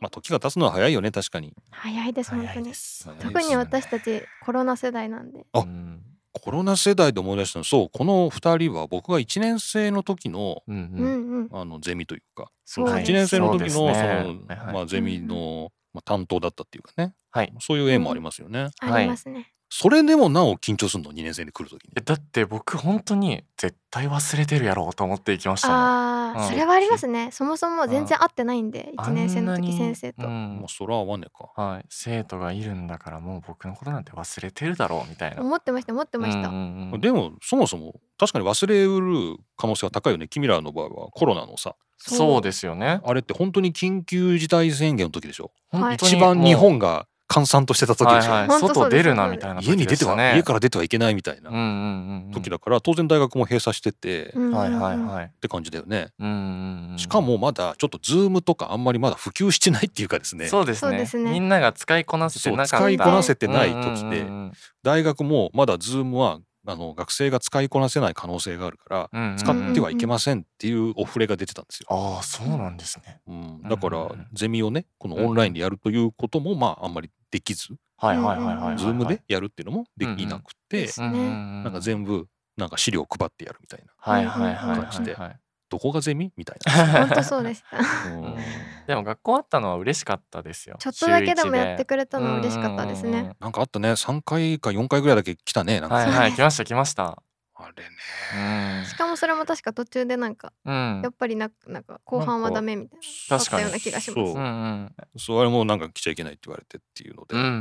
S1: まあ時が経つのは早いよね確かに。
S3: 早いです本当
S2: 早い
S3: に
S2: で。す
S1: 本当に
S3: 特に私たちコロナ世代なんで。
S1: あ
S2: うん
S1: コロナ世代で思い出したのそうこの二人は僕が1年生の時の
S2: うん
S3: う
S2: うん。
S3: んうん。
S1: あのゼミというか
S3: そう
S2: はい
S3: です
S1: 1年生の時のそ
S2: そう
S1: の、
S2: ですねはいはい
S1: まあ、ゼミの、まあ、担当だったっていうかね
S2: はい。
S1: そういう縁もありますよね。
S3: ありますね。
S1: それでもなお緊張するの2年生に来る時に
S2: え。だって僕本当に絶対忘れてるやろうと思って行きましたね。
S3: あ
S2: う
S3: あ
S2: ん
S3: それはありますね。そもそも全然会ってないんで
S2: あ
S3: 1
S2: んなに
S3: 年生の時先生と
S2: う。ん
S1: まあそら合わねえか。
S2: はい、生徒がいるんだからもう僕のことなんて忘れてるだろうみたいな。
S3: 思ってました思ってまし
S2: う
S3: た。
S2: んうんうん
S1: でもそもそも確かに忘れうる可能性が高いよね君らの場合はコロナのさ
S2: そうですよね。
S1: あれって本当に緊急事態宣言の時でしょ
S3: はい
S2: 本当に
S1: 一番
S2: もう
S1: 日本が閑散としてた時
S2: は
S1: で
S2: い
S1: しょ、
S2: はい
S3: 本当そ
S2: 外
S3: うです
S2: 出るなみたいな
S1: 家に
S2: 時で
S1: 出
S2: してた
S1: は、
S2: ね。
S1: 家から出てはいけないみたい
S2: うん
S1: な
S2: う
S1: ん
S2: うんうん。
S1: 時だから当然大学も閉鎖してて、っ
S3: うんうんうん
S2: はいはいはい。
S1: て感じだよね
S2: うんうんうん。
S1: しかもまだちょっとズームとかあんまりまだ普及してないっていうかですね
S2: そうです
S3: そうで
S2: ね
S3: すね
S2: みんなが使いこなせて
S1: そ
S2: な
S1: う
S2: かった
S1: 使いこなせてない
S2: うん
S1: 時
S2: うんう
S1: で
S2: ん
S1: 大学もまだズームはあの学生が使いこなせない可能性があるから
S2: うんうんうん
S1: 使ってはいけませんっていうお触れが出てたんですよ、
S2: ああそうなんですね
S1: うん、だから
S2: うん
S1: ゼミをねこのオンラインでやるということもまああんまりできず
S2: はいはいはいはいはいはい
S1: ズームでやるっていうのもできなくて、
S3: うんう
S2: な
S3: ん
S1: なんか全部なんか資料配ってやるみたいな
S2: はいはいはい
S1: 感じで
S2: はい
S1: どこがゼミみたい
S3: 本当そうでした。
S1: な、うん
S2: でも学校あったのは嬉しかったですよ
S3: ちょっとだけでもやって
S2: く
S3: くれたの嬉しかったですね。
S1: なんかあったね3回か4回ぐらいだけ来たねなんか、
S2: はいはい
S3: そう
S2: 来ま
S3: です
S2: した来ました
S1: あれね
S2: うん
S3: しかもそれも確か途中でなんか
S2: うん
S3: やっぱりななんか後半はダメみたいな。
S2: 確かに
S3: あったような気がします。
S1: そう
S2: うんうん
S1: それもなんか来ちゃいけないって言われてっていうので、
S2: うんうんう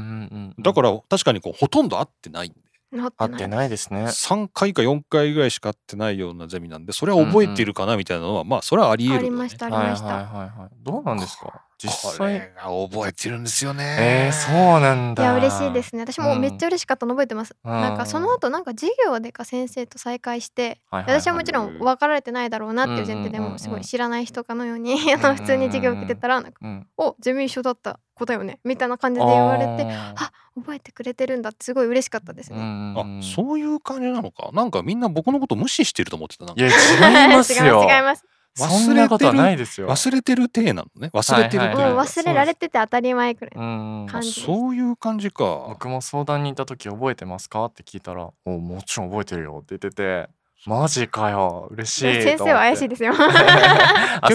S2: ん
S1: だから確かにこうほとんど会ってないんで
S3: なっ
S2: 合
S3: て
S2: って
S3: ない。
S2: ないですね
S1: 3回か4回ぐらいしか会ってないようなゼミなんでそれは覚えているかなみたいなのは、まあそれはあり得
S3: あ
S1: る
S3: り
S1: よね、
S3: ましたあ
S2: はい
S3: り
S2: はい
S3: ま
S2: はい
S3: した。
S2: はいどうなんですか実
S1: こ
S2: 際
S1: れが覚えてるんですよね
S2: えーそうなん
S3: い
S2: だ
S3: や嬉しいですね私もめっちゃ嬉しかったの覚えてます、
S2: うん
S3: なんかその後なんか授業でか先生と再会して、
S2: はいはいはい
S3: 私はもちろん分かられてないだろうなっていう前提で
S2: うんうんうんう
S3: も
S2: ん
S3: すごい知らない人かのようにあの普通に授業受けてたらなんか
S2: うん
S3: 「おゼミ一緒だった子だよね」みたいな感じで言われて
S2: あ
S3: あ覚えてくれてるんだってすごい嬉しかったです
S2: ー
S3: ね。
S1: あ
S2: うんうんうん
S1: そういう感じなのかなんかみんな僕のこと無視してると思ってたなん
S2: い
S1: か
S2: や違い
S3: 違
S2: ま
S3: います
S2: すよ。
S3: 違います。
S2: そんなことはないですよ。
S1: 忘れてる体なのね忘れてる
S2: は
S1: 体、
S2: い
S3: も
S2: はいう
S3: 忘れられてて当たり前くらい。
S2: うんうん
S3: 感じです
S1: そういう感じか
S2: 僕も相談に行った時覚えてますかって聞いたら「おもちろん覚えてるよ」って言ってて「マジかよ嬉しい」
S3: 先生は怪しい
S2: で
S3: ですよ。
S1: 結
S2: す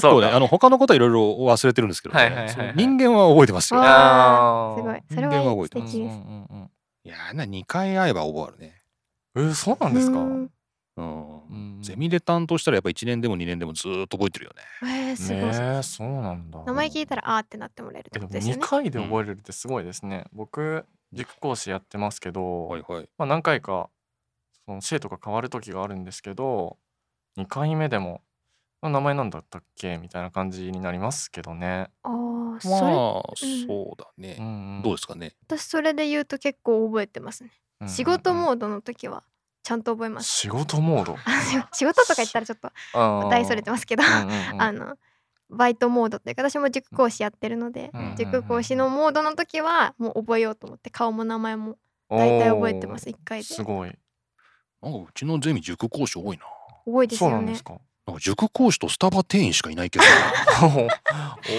S1: 構ねあ
S2: あ
S1: の他のことはいろいろ忘れてるんですけどね、
S2: はいはいはいはい
S1: そう人間は覚えてますよ
S3: あ
S2: あ
S3: すごい。それ
S1: 人間は覚
S3: は
S1: えて
S3: 素
S2: う
S1: ま
S2: ん
S3: 敵
S2: う
S3: です。
S2: んうん
S1: いやーな2回会えば覚えるね
S2: うんえそうなんですか
S3: うん
S1: うん、
S2: うん
S1: ゼミで担当したらやっぱ1年でも2年でもずーっと覚えてるよね
S3: えー、すごい。
S2: ねえそうなんだ
S3: 名前聞いたらあーってなってもらえるって
S2: えで
S3: こ
S2: も
S3: とですよ
S2: 2
S3: ね。
S2: 回で覚えれるってすごいですね、僕塾講師やってますけど、
S1: はいはい
S2: まあ、何回かその生徒が変わる時があるんですけど2回目でもあ名前なんだったっけみたいな感じになりますけどね。
S3: ああ
S1: まあ
S3: それ、うん
S1: そうだ
S2: う
S1: ね、
S2: んうん
S1: どうですかね
S3: 私それで言うと結構覚えてますね、
S2: うんうんうん
S3: 仕事モードの時はちゃんと覚えます
S2: 仕事モ ード
S3: 仕事とか言ったらちょっと
S2: あー
S3: 大それてますけど、
S2: うんうんうん
S3: あのバイトモードっていうか私も塾講師やってるので、
S2: うんうんうん
S3: 塾講師のモードの時はもう覚えようと思って顔も名前も大体覚えてます
S2: おー
S3: 一回です
S2: ごい
S1: なんかうちのゼミ塾講師多いな
S3: 多いです
S2: そうな
S3: よ
S2: んで
S3: ね
S2: すか
S1: なんか塾講師とスタバ店員しかいないけど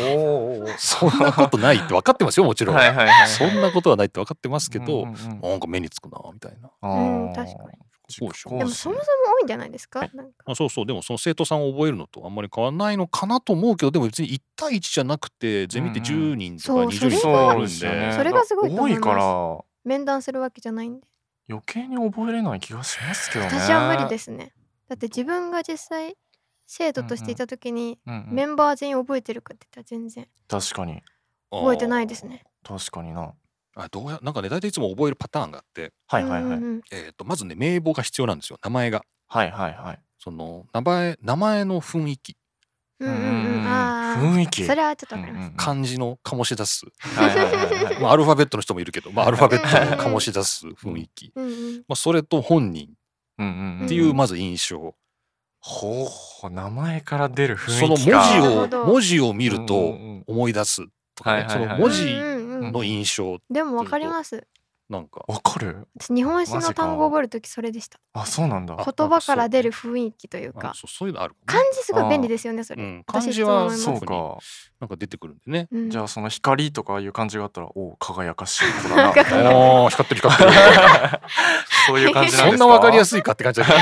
S2: おお
S1: そんなことないって分かってますよもちろん、
S2: はいはいは い
S1: そんなことはないって分かってますけど、
S2: うんうんうん
S1: なんか目につくなみたいな
S2: あ
S3: うん
S2: ー
S3: 確かに
S1: 塾講師
S2: 塾
S3: で
S2: 講
S3: も
S2: 師
S3: そもそも多いんじゃないですかなんか
S1: あそうそうでもその生徒さんを覚えるのとあんまり変わらないのかなと思うけどでも別に1対1じゃなくてゼミって
S2: うんうん
S1: 10人とか
S3: そう
S1: 20人とか
S2: そ
S1: いうる
S2: で
S1: ん
S2: す
S1: で,、
S2: よね
S3: それがすごいと思います
S2: だから多いから
S3: 面談するわけじゃないんで
S2: 余計に覚えれない気がしますけどね。
S3: 私は無理ですねだって自分が実際生徒としていた時に
S2: うんうん
S3: メンバー全員覚えてるかって言ったら全然
S2: 確かに
S3: 覚えてないですね
S2: 確かにな。
S1: あーあどうやなんかね大体いつも覚えるパターンがあって、
S2: はいはいは
S3: う
S2: い
S3: んうんうん
S1: えー、とまずね名簿が必要なんですよ名前が
S2: はいはいはい。
S1: その名前名前の雰囲気
S3: うんうんうんあー
S2: 雰囲気。
S3: それはちょっとわかります、
S2: うんうん
S1: 漢字の醸し出す、
S2: はいはいはいはい
S1: まあ、アルファベットの人もいるけど、まあ、アルファベットの醸し出す雰囲気、
S3: うんうん
S1: まあ、それと本人
S2: うんうんうん
S1: っていうまず印象、
S2: ほう名前から出る雰
S1: その
S2: 囲
S1: 文
S2: 気が
S3: なる
S1: 字
S3: ほ
S1: を
S3: ど
S1: 文字を見る
S2: うん
S1: と
S2: うんうん
S1: 思い出すとか、ね
S2: はいはいはい
S1: その文字
S3: うんうんうん
S1: の印象
S3: でもわかります
S1: なんか、
S2: わかる
S3: 私日本史
S2: マジ
S3: の
S2: か
S3: 単語覚える時それでした
S2: あそうなんだ
S1: あ
S3: 言葉から出る雰囲気という
S1: あ
S3: か
S1: そうそういうのあるか
S3: 漢
S1: もね
S3: 字すごい便利ですよねそれ、
S1: うん漢
S3: 私いつ
S1: 字
S3: も思い
S1: は
S3: ます
S2: そうか
S1: なんか出てくるんでね
S3: うん
S2: じゃあその光とかいう感じがあったらおう輝かしい子だ
S3: な
S2: なん
S3: か
S2: みた いな
S1: ああ光ってる光ってる
S2: そういう感じな ん
S1: そん
S2: ですか
S1: なわかりや
S2: い
S1: すいかって感じだけど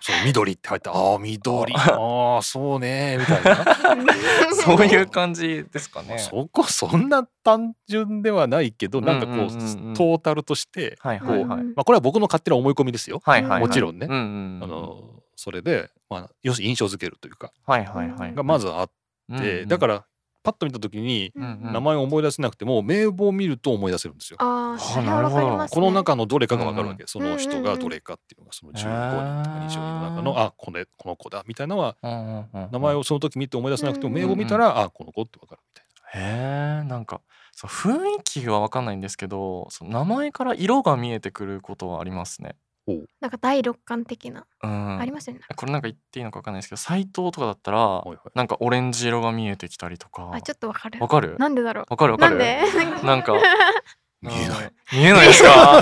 S1: そう緑って入ってああ緑ああそうねみたいな
S2: そういう感じですかね
S1: そこそんな単純ではないけどなんかこう,、
S2: うんうんうん
S1: トータルとして、
S2: はい
S1: こ
S2: は
S1: う
S2: いはい
S1: まあ、これは僕の勝手な思い込みですよ、
S2: はいはいはい
S1: もちろんね、
S2: うんうんうん
S1: あのそれで、まあ、よし印象づけるというか
S2: はいはいはい
S1: がまずあっ
S2: うん
S1: て、
S2: うん
S1: だからパッと見た時に
S3: うん
S2: うん
S1: 名前を思い出せなくても名簿を見ると思い出せるんですよ。
S3: ああそれはわかります、ね、
S1: この中のどれかが分かるわけ、その人
S3: うんうんう
S1: が
S3: ん
S1: どれかっていうのがその15人とか20人の中の、
S2: あー
S1: あこれこの子だみたいなのは
S2: うんうんうんうん
S1: 名前をその時見て思い出せなくても
S3: うんうん
S1: 名簿見たら、あこの子って分かるみたい
S2: へえなんかそう雰囲気は分かんないんですけどその名前から色が見えてくることはありますね。
S3: なんか第六感的な、
S2: うん、
S3: ありますよね
S2: これなんか言っていいのか分かんないですけど斎藤とかだったら、
S1: な。はいはい
S2: なんかオレンジ色が見えてきたりとか
S3: あちょっとわかる
S2: 分かる
S3: なんでだろう
S2: 分かる分か
S3: な
S2: る
S3: んで
S2: なん か
S1: 見えない。
S2: 見えないです か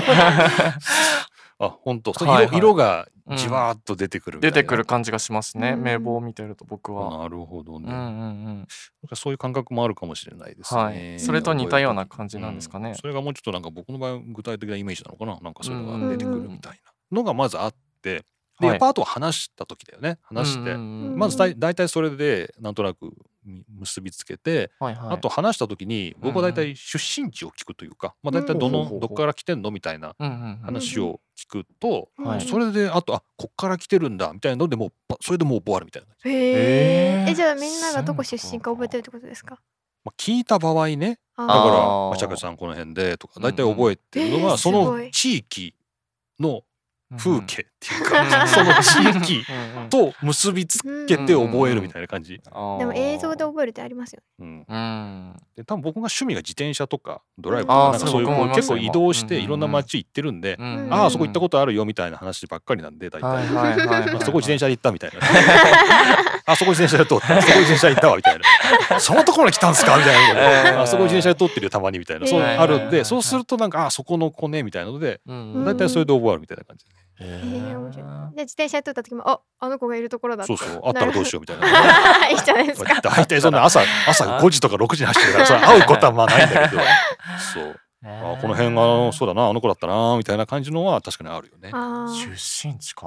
S1: あ本当、そ
S2: は
S1: の
S2: いは
S1: 色
S2: い
S1: 色が
S2: うん
S1: じわーっと出てくるみたい
S2: 出
S1: な
S2: てくる感じがしますね、
S3: うん
S2: 名簿を見てると僕は。
S1: なるほど
S2: う
S1: ね、
S2: んうんう
S1: なん
S2: ん、
S1: かそういう感覚もあるかもしれないですね。
S2: はい、それと似たような感じ
S1: じ
S2: なんですかね。
S1: それがもうちょっとなんか僕の場合は具体的なイメージなのかななんかそういうの
S2: うん
S3: う
S1: が出
S3: ん
S1: てくるみたいなのがまずあってで、
S2: はい
S1: パートを話した時だよね話して、
S2: うんうんうん
S1: まずだい大体それでなんとなくみ結びつけて、
S2: はいはい、
S1: あと話した時に僕は大
S2: うん
S1: 体出身地を聞くというか、まあ、大体ど
S2: うんほうほうほ
S1: の
S2: う
S1: どっから来てんのみたいな
S2: うんうんうん、
S1: 話を聞くと、
S2: うんはい
S1: それであとあこっから来てるんだみたいなのでもうばそれでもう覚わるみたいな、
S3: へ
S2: え
S3: え
S2: ー
S3: えじゃあみんながどこ出身か覚えてるってことですか
S1: まあ、聞いた場合ね
S3: あ
S1: だから
S2: あ
S3: ー
S1: 「まあ、ちゃかちゃんこの辺で」とか大体覚えてるの
S3: うん
S1: は、
S3: えー
S1: そ
S3: す
S1: の
S3: ごい
S1: 地域の風景っていう
S2: うん うん
S1: か、 その地域
S2: うんうん
S1: と結びつけて覚えるみたいな感じ。
S2: あー
S3: でも映像で覚えるってありますよね
S1: うん、
S2: うん
S1: で多分僕が趣味が自転車とかドライブと
S2: あ
S1: かな
S2: ー
S1: んかそういう
S2: そう
S1: こ
S2: 僕
S1: う
S2: も
S1: 結構
S2: 思い
S1: 移
S2: ます
S1: 動して
S2: 今
S1: いろんな街行ってるんで、
S3: うん
S1: ああそこ行ったこととあるよみたいな話ばっかりなんで大体、
S2: はいはいはいはい、
S1: そこ自転車で行ったみたいな あそこ自転車で通ったそこ自転車で行ったわみたい なそのところに来たんすかみたい
S2: え
S1: な
S2: ー
S1: あそこ自転車で通ってるよたまにみたいなそう
S3: えー
S1: あるんでそうするとなんかあそこの子ねみたいなので
S2: うん
S3: うん
S1: 大体それで覚わるみたいな感じ
S2: へ
S3: えー、面白い
S2: ー
S3: で自転車で撮った時もああの子がいるところだって
S1: そうそうあったらどうしようみたいな。
S3: いいじゃないですか
S1: 大体そんな朝朝5時とか6時に走ってるからそれ会うことはまあないんだけどそうあこの辺がそうだなあの子だったなみたいな感じのは確かにあるよね
S3: あ ー
S2: 出身地か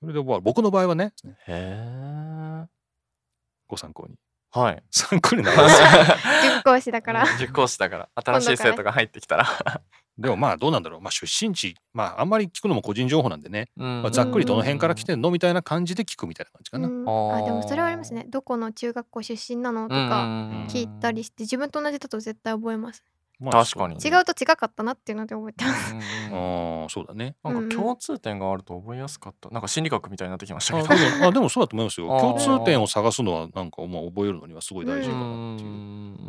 S1: それでまあ僕の場合はね
S2: へえ
S1: ご参考に
S2: はい
S1: 参考になりますよ
S3: 塾講師だから
S2: 塾講師だから新しい生徒が入ってきたら
S1: でもまあどうなんだろう、まあ、出身地まああんまり聞くのも個人情報なんでね、まあ、ざっくりどの辺から来てんのみたいな感じで聞くみたいな感じか
S3: う
S1: な、
S3: ん、
S2: あー
S3: あでもそれはありますねどこの中学校出身なのとか聞いたりして自分と同じだと絶対覚えます
S1: まあ
S2: 確かに
S3: 違うと違かったなっていうので覚えてます
S1: そううんそうだね。
S2: なんか
S3: うんう
S2: 共通点があると覚えやすかった。なんか心理学みたいになってきまし
S1: あ
S2: た
S1: 多
S2: けど。
S1: 分あでもそうだと思いますよ。
S2: あー
S1: 共通点を探すのはなんかまあ覚えるのにはすごい大事
S2: う
S1: か
S2: ん
S1: なって
S2: う
S1: いう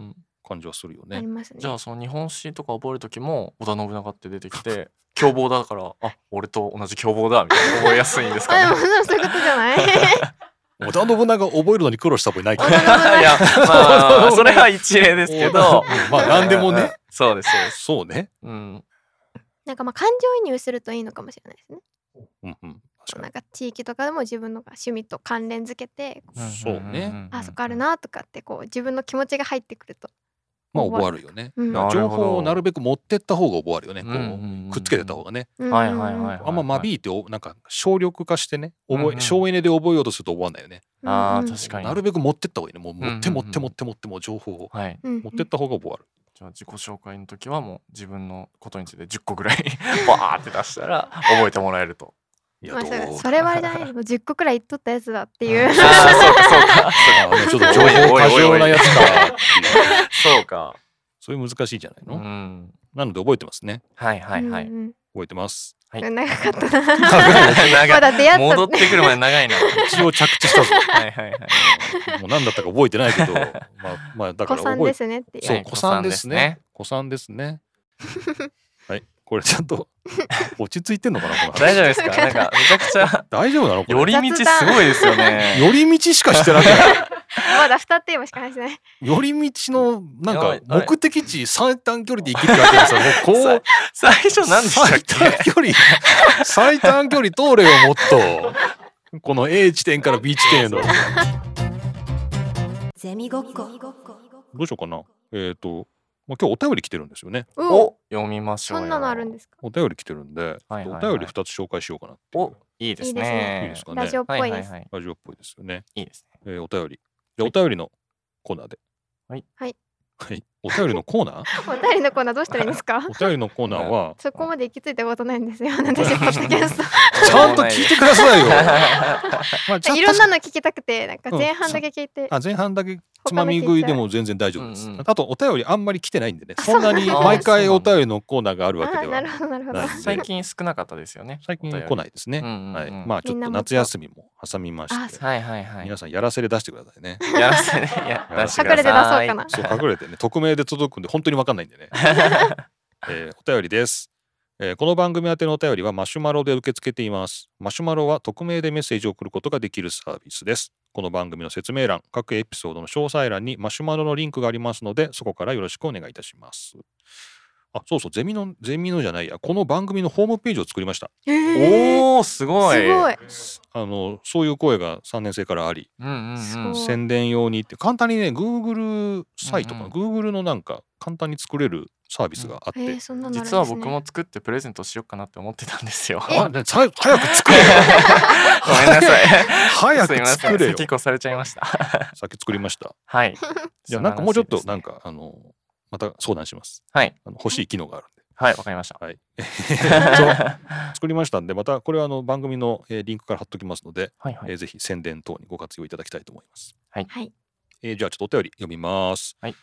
S1: ん感じはするよ
S3: あ
S1: ね
S3: り。ますね
S2: じゃあその日本史とか覚える時も織田信長って出てきて 凶暴だからあ俺と同じ凶暴だみたいな覚えやすいんです
S3: あで
S2: か
S3: も
S2: ね。
S3: そうそういうことじゃない
S1: 織田信長を覚えるのに苦労した覚えないけど。
S2: いやまあそれは一例ですけど。
S1: まあ何でも
S2: うん
S1: ね。。
S2: そうですそうです。
S1: そうね。
S2: うん
S3: なんかまあ感情移入するといいのかもしれないですね
S1: うんうん。確か
S3: なんか地域とかでも自分のが趣味と関連付けて
S1: に。そうね。。
S3: あそこある。なとかってこう自分の気持ちが入ってくると
S1: まあ覚わるよね。
S3: うん
S2: なるほど
S1: 情報をなるべく持ってった方が覚わるよね。
S2: うんうん
S1: こ
S2: うんうん
S1: うくっつけてた方がね。
S3: うん
S2: はいはいはい
S1: あんま間引いておなんか省力化してね覚
S2: うんう
S1: え
S2: ん
S1: 省エネで覚えようとすると覚わんないよね。
S2: あー確かに
S1: なるべく持ってった方がいいね。もう持って
S2: うんう
S1: 持
S2: ん
S1: って持って持ってもう情報を
S2: はい。
S3: に
S1: 持ってった方が覚わ る。
S2: じゃあ自己紹介の時はもう自分のことについて10個ぐらい バーって出したら覚えてもらえると。
S1: い
S3: まあ、
S1: どう
S3: そう
S1: だろ
S3: か
S1: う
S3: それはあれじ ゃないもう10個くらい言っとったやつだっていう
S2: あ ー
S3: そ
S2: そうか
S1: あーち
S2: そうか
S1: ょっと情報過剰なやつかっていう。
S2: そうか。
S1: それ難しいじゃないうの、
S2: ん。
S1: なので覚えてますね。
S2: はいはいは
S3: う
S2: い。
S3: ん
S1: 覚えてます。
S2: はい
S3: うん長かったな ま
S2: 長い
S3: だ出会った
S2: 戻ってくるまで長いな。
S1: 一応着地した ぞ。
S2: はいはいはい。
S1: もう何だったか覚えてない けど、まあまあだか
S3: 子
S1: ら
S3: さん
S1: 覚え
S3: で
S1: て。
S3: すねっていう
S1: そう、
S2: ね
S1: 子さんですね。子さんですね。 はい、これちゃんと落ち着いてんのかなこの話
S2: 大丈夫ですかなんかめちゃくち ゃ
S1: 大丈夫なのこれ
S2: 寄り道すごいですよね。
S1: 寄り道しかしてなくない
S3: まだ2テーマしか話してない
S1: 寄り道のなん
S2: やば
S1: か
S2: いあれ
S1: 目的地最短距離で行けってわけですよ もうこう
S2: 最初何でしたっ
S1: 最短
S2: け
S1: 距離最短距離通れよもっ とこの A 地点から B 地点へのど
S4: ゼミごっこ
S1: うしようかなえっ、とまあ今日お便り来てるんですよね
S3: お
S2: お読みましょう
S3: そ
S2: よ。
S3: んなのあるんですか
S1: お便り来てるんで、
S2: はいはいはい
S1: お便り2つ紹介しようかなっていう
S2: おいいです
S1: いい
S2: ね
S1: で。すかね
S3: ラジオっぽ
S2: はいいは
S3: で
S2: い
S3: す
S2: はい。
S1: ラジオっぽいですよね、
S2: いいですね。
S1: えーお便りじゃあお便りのコーナーで
S2: はい
S3: はい
S1: はいお便りのコーナー
S3: お便りのコーナーどうしたらいいんですか
S1: お便りのコーナーは
S3: そこまで行き着いたことないんですよ私ポッド キャスト
S1: ちゃんと聞いてくださいよ まあちゃ
S3: いろんな
S1: 確か
S3: の聞きたくてなんか前半だけ聞いて、
S1: あ前半だけつ
S3: 他
S1: ま
S3: の聞
S1: み
S3: いちゃう
S1: 食いでも全然大丈夫です、
S2: うんうん
S1: あとお便りあんまり来てないんでね
S3: あ
S1: そんなに
S2: そうなんだ
S1: 毎回お便りのコーナーがあるわけ
S3: あ
S1: で
S3: ーな
S1: は
S3: るほどなるほど
S1: ない
S2: 最近少なかったですよね。
S1: 最近来ないですね、
S2: うんうんうん
S1: はい、まあちょ
S3: み
S1: っ
S3: んな
S1: と
S3: も
S1: 夏休みも挟みま
S3: あ
S1: し
S3: そ
S1: て
S3: う
S2: はいはいはい。
S1: 皆さんやらせで出してくださいね
S2: やらせね。や
S1: やら
S2: ら
S1: せ
S2: せ
S1: て
S2: て
S1: く
S2: く
S1: だ
S2: だ
S1: さい
S2: さい。
S3: 隠れて出そうかな
S1: そう隠れてね匿名で届くんで本当に分かんないんでね、えーお便りです、えーこの番組宛てのお便りはマシュマロで受け付けていますマシュマロは匿名でメッセージを送ることができるサービスですこの番組の説明欄各エピソードの詳細欄にマシュマロのリンクがありますのでそこからよろしくお願いいたしますあそうそうゼミのゼミのじゃないやこの番組のホームページを作りました
S3: えー
S2: おおすごい。
S3: すごい。
S1: あのそういう声が3年生からあり
S2: うんうん
S3: す
S2: うん
S3: ごい。
S1: 宣伝用にって簡単にね Google サイトかな、
S2: うん
S1: Google のなんか簡単に作れるサービスがあって、
S3: えー、そんなのあるんです、
S2: 実
S3: ね、
S2: は僕も作ってプレゼントしようかなって思ってたんです よ。
S1: あねさ早く作れよ
S2: ごめんなさい。
S1: 早
S2: すい
S1: く
S2: ませ
S1: 作れ
S2: ん。
S1: よ
S2: 先越されちゃいました。
S1: 先作りました
S2: はい。
S1: いやなんかもうちょっと
S2: 素晴らしいですね
S1: なんかあのまた相談します
S2: はい
S1: あの欲しい機能があるんで
S2: はいわかりました。
S1: はい、そう作りましたんでまたこれはあの番組の、えーリンクから貼っときますので、
S2: はいは
S1: えー
S2: い。
S1: ぜひ宣伝等にご活用いただきたいと思います
S3: はい
S1: えーじゃあちょっとお便り読みます。
S2: はい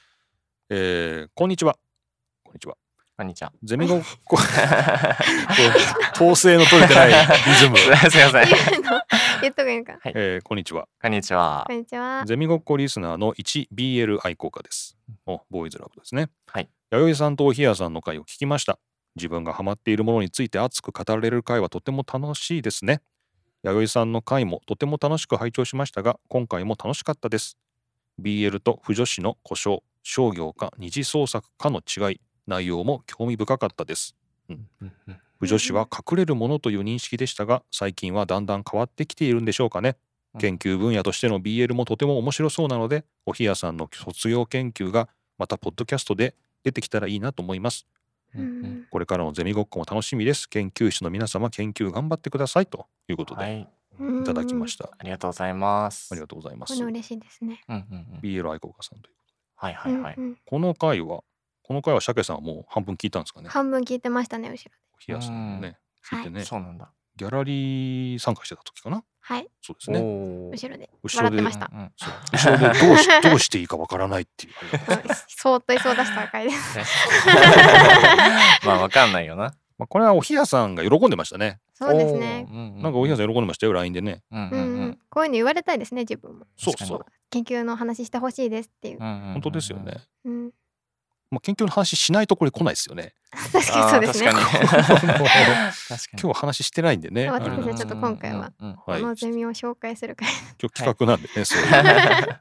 S1: えーこんにちは。こんにちは。
S2: こんにちは。
S1: ゼミごっ こ、
S2: す
S1: 統制の取れてないリズム。
S2: いま せんすいません。
S3: 言うの言っとくんか
S1: えーこんにちは。
S2: こんにちは
S3: こ。んにちは
S1: ゼミごっこリスナーの 1BL 愛好家です。お、ボーイズラブですね。
S2: はい。
S1: 弥生さんとおひやさんの回を聞きました。自分がハマっているものについて熱く語られる回はとても楽しいですね。弥生さんの回もとても楽しく拝聴しましたが、今回も楽しかったです。BL と不女子の故障、商業か二次創作かの違い、内容も興味深かったです。不女子は隠れるものという認識でしたが、最近はだんだん変わってきているんでしょうかね。
S2: うん
S1: 研究分野としての BL もとても面白そうなので、おひやさんの卒業研究がまたポッドキャストで出てきたらいいなと思います。
S3: うん
S1: これからのゼミごっこも楽しみです。研究室の皆様、研究頑張ってくださいということ
S2: は
S1: で
S2: い。
S1: いただきました。
S2: ありがとうございます。
S1: ありがとうございま
S3: こ
S1: す。
S3: の嬉しいですね
S2: うんうんうん。
S1: BL 愛好家さんという。
S2: はいはいはい。
S3: うんうん
S1: この回は、この回は鮭さんはもう半分聞いたんですかね。
S3: 半分聞いてましたね後ろ
S1: おひやさんのね、
S3: うん
S1: 聞いてね、
S2: そうなんだ。
S1: ギャラリー参加してた時かな。
S3: はい
S1: そうです
S2: お
S1: ね。
S2: お。
S3: 後ろで
S1: 後ろ
S3: 笑っ
S1: で
S3: てました
S2: うんうん
S1: そう後ろで どうしどうしていいかわからないっていうあれが。
S3: そうそーっといそう出した回です
S2: ね まあわかんないよな。
S1: まあ、これはおひやさんが喜んでましたね。
S3: そうですね。
S2: おー。う
S1: なんかおひやさん喜んでましたよ、LINE でね。
S2: うんうん
S3: う
S2: んう
S3: うんん、こういうの言われたいですね自分も
S1: そう
S2: 確かに
S1: そう。
S3: 研究の話してほしいですっていう、
S2: 本
S1: 本当ですよね。。
S3: うん、
S1: まあ、研究の話しないとこれ来ないですよ ね。
S3: 確かに
S2: あ
S3: そう
S2: あ
S3: です
S2: 確
S3: ね
S2: かに。
S1: 確かに
S2: 確か
S1: 今日話してないんでね。
S3: そう
S1: あ
S2: に。
S1: れ
S3: 私
S1: なん
S3: た
S1: で
S3: ち
S1: す
S3: ちょっと今回は
S2: うんうんう
S1: は
S2: ん
S1: い、
S3: この
S1: 今
S3: ゼミを紹介するからい
S1: 日企画なんで ね、そういう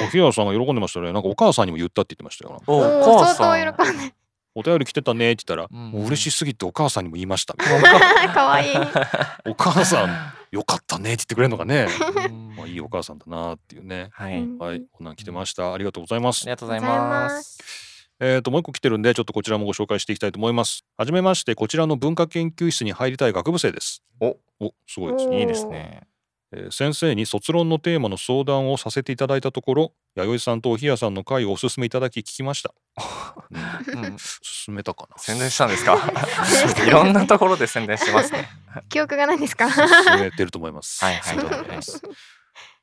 S2: うん。
S1: おひやさんが喜んでましたね。なんかお母さんにも言ったって言ってましたよ。
S2: お
S3: お
S2: 母
S3: ー
S2: さん
S3: 相当喜んで
S1: お便り来てたねって言ったら、
S2: うん
S1: もう嬉しすぎてお母さんにも言いました。
S3: 可愛 い
S1: お母さん、よかったねって言ってくれるのがね、
S2: うん
S1: まあ、いいお母さんだなっていうね。
S2: は
S3: う
S2: い。あ
S3: ん
S1: はい、こんなん来てました。ありがとうございます
S2: り。がとうございます。
S1: えー、ともう一個来てるんでちょっとこちらもご紹介していきたいと思いますはじめましてこちらの文化研究室に入りたい学部生です
S2: お
S1: おすごいですね、
S3: おー
S2: いいですね。
S1: えー先生に卒論のテーマの相談をさせていただいたところ弥生さんとおひやさんの回をお勧めいただき聞きま した、うん、
S2: うん
S1: 勧めたかな
S2: 宣伝したん ですか
S3: 宣伝したんです。ね
S2: いろんなところで宣伝してますね。
S3: 記憶がないんですか
S1: 勧 めてると思います
S2: はいはい
S1: そうだと思いますっ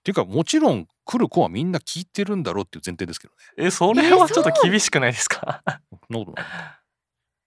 S1: ていうかもちろん来る子はみんな聞いてるんだろうっていう前提ですけど
S2: え、それはちょっと厳しくないですか
S1: ねそんなことない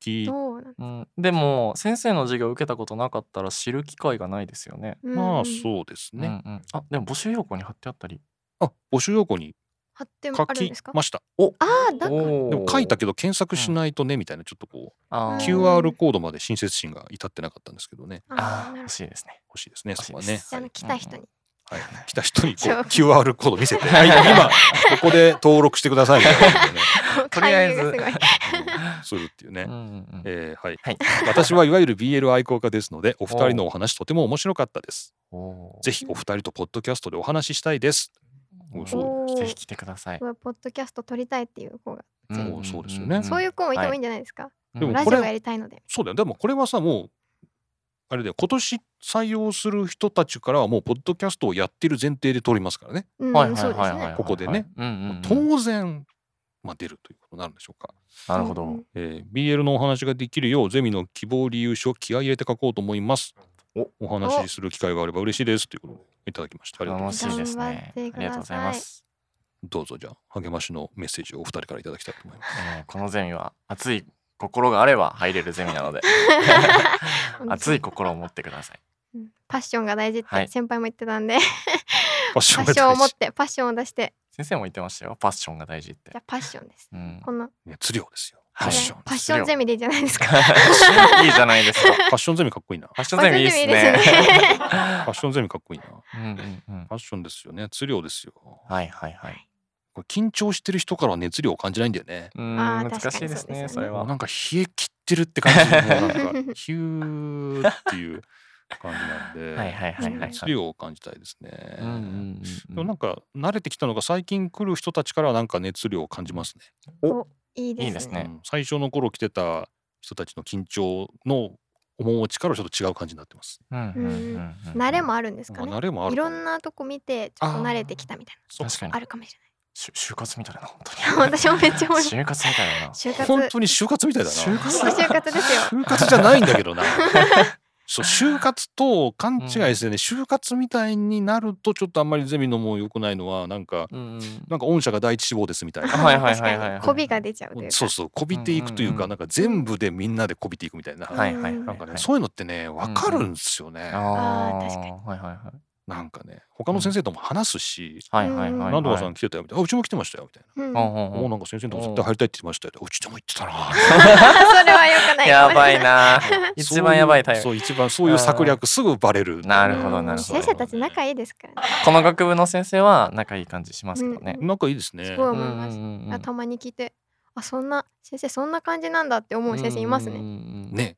S1: 聞い
S3: どうなの
S2: うん、でも、先生の授業受けたことなかったら知る機会がないですよね。
S3: うん
S1: まあそうですね、
S2: うんうん、あ、でも募集要項に貼ってあったり。
S1: あ募集要項に
S3: 発展も
S1: 書
S3: あるん
S1: き
S3: ですか
S1: ました
S3: ああだから
S2: おー
S1: でも書いたけど検索しないとねみたいなちょっとこ
S2: あ
S1: う
S2: ー
S3: 急
S1: QR コードまで親切心が至ってなかったんですけどね
S2: あ
S3: あ
S2: ー、欲
S3: ーなるほど
S2: しいですね。
S1: 欲しいですねそこは
S2: 欲しい
S1: ね
S2: です
S3: じゃああの来た人に
S1: はい、来た人にこう
S3: そう
S1: QR コード見せて「はい今ここで登録してください」みたいなことをね
S2: とりあえず
S3: 勧誘
S1: う
S3: がすごい
S1: ん するっていうね
S2: うんう。んうん、
S1: えーはい
S2: はい。
S1: 私はいわゆる BL 愛好家ですのでお二人のお話とても面白かったです。
S2: おー
S1: ぜひお二人とポッドキャストでお話ししたいです。おそう
S3: おー
S2: ぜひ来てください
S3: こ。れポッドキャスト撮りたいっていう子が、
S2: んんん
S1: そうですよね
S3: そういう子もいてもいいんじゃないですか、
S1: でも
S3: ラ
S1: こ
S3: ジ
S1: れ
S3: オがやりたいので
S1: そうだよでもこれはさもうあれだよ今年採用する人たちからはもうポッドキャストをやってる前提で取りますからね。
S3: うん、
S2: はいはい
S3: そう
S2: はい
S3: です
S2: はいはい
S3: ね
S1: ここでね。
S2: うんうんうん
S1: 当然、まあ、出るということになるんでしょうか、
S2: なるほ
S3: う
S2: ど
S3: ん。
S1: えー BL のお話ができるようゼミの希望理由書を気合い入れて書こうと思います
S2: お
S1: お話しする機会があれば嬉しいですということでいただきましたありがとうご
S2: 楽
S1: ざい
S2: しいですね。あ
S3: 頑張って
S2: り
S3: く
S2: が
S3: ださい
S2: とうございます。
S1: ますどうぞじゃあ励ましのメッセージをお二人からいただきたいと思い ます
S2: えーこのゼミは熱い心があれば入れるゼミなので熱い心を持ってください。
S3: うんパッションが大事っ
S2: は
S3: て
S2: い
S3: 先輩も言ってた んで、
S1: パッショ
S3: パ
S1: ンが
S3: ッションを持
S1: 大
S3: っ
S1: 事
S3: てパッションを出して
S2: 先生も言ってましたよ。パッションが大事って
S3: じゃ。あパッションです
S2: うん、
S3: この
S1: 熱量ですよ
S2: はい
S1: パッション、
S2: ね
S3: パッションゼミでいいじゃないですか
S2: いいじゃないですか。
S1: パッションゼミかっこいいな
S2: パッションゼミいいです
S3: パッションゼミいい
S2: ね。
S3: で
S1: パッションゼミかっこいいな
S2: うんうんうん
S1: パッションですよね熱量ですよこ
S2: はいはいはい。
S1: れ緊張してる人からは熱量を感じないんだよね
S2: うん
S3: あー
S2: 難しいです
S3: 確かにそうですよね
S2: ね。それ
S1: もう
S2: は
S1: な。んか冷え切ってるって感じもうなんか ヒューっていう感じなんで
S2: はいはいはいはい。
S1: 熱量を感じたいですね、
S2: うんうん
S1: で
S2: う
S1: も
S2: ん
S1: なんか慣れてきたのが最近来る人たちからはなんか熱量を感じますね
S3: いいですね
S2: いいですね
S1: うん最初の頃来てた人たちの緊張の面持ちからはちょっと違う感じになってます、
S2: うんうんうんうん
S3: 慣れもあるんですか
S1: ま
S3: ね
S1: あ、慣れもある
S3: い
S1: か
S3: ろ
S1: も
S3: んなとこ見てちょっと慣れてきたみたい
S1: そう
S2: 確か
S3: な
S2: に
S3: あ。るかもし
S2: し就活みたいだな本
S3: れ
S2: 当
S3: ない
S2: に。
S3: 私もめっちゃ面白
S2: 就
S3: い
S2: 活みたいだな。
S3: 就活
S1: 本当に就活みたいだな
S2: 就活
S3: 本当就活ですよ
S1: 就活じゃないんだけ どなそう就活と勘違いですよね、就活みたいになるとちょっとあんまりゼミのも良くないのはなんか
S2: うんうん。
S1: なんか御社が第一志望ですみたいな
S2: あはいはいはいはい
S3: 確かに媚びが出ちゃうというか
S1: そうそうこびていくというか、
S2: うんうんうん
S1: なんか全部でみんなでこびていくみたいな、
S3: ん
S2: はいはいはい。
S1: なんかね、
S2: はい
S1: そういうのってね分かるんですよね、
S2: あ
S3: あー
S2: ー
S3: 確かに
S2: はいはい
S1: なんかね他の先生とも話すし、
S2: はい。はいはいはいはい。
S1: 何とかさん来てたよみたいな、あうちも来てましたよみたい
S3: うん
S2: うん
S3: そ
S1: な、
S2: うん
S1: お
S2: うん
S1: なんか先生のとこ絶対入りたいって言ってましたようちでも行ってたな
S3: れは良くない
S2: やばい な。
S1: そう
S2: 一番やばいタイ
S1: そ
S2: プ。
S1: う一番そういう策略すぐバレる
S2: なるほどなるほど
S3: 先生たち仲
S1: い
S3: いいですからね
S2: この学部の先生は仲いい感じしますけどね。
S1: 仲いいです
S3: す
S1: ね
S3: ごい
S2: うん
S3: 思
S2: う
S3: い
S2: ん
S3: ます
S2: うん
S3: あたまに聞いてあそんな先生そんな感じなんだって思う先生います
S2: うん
S3: ね
S2: うんうん。
S1: ね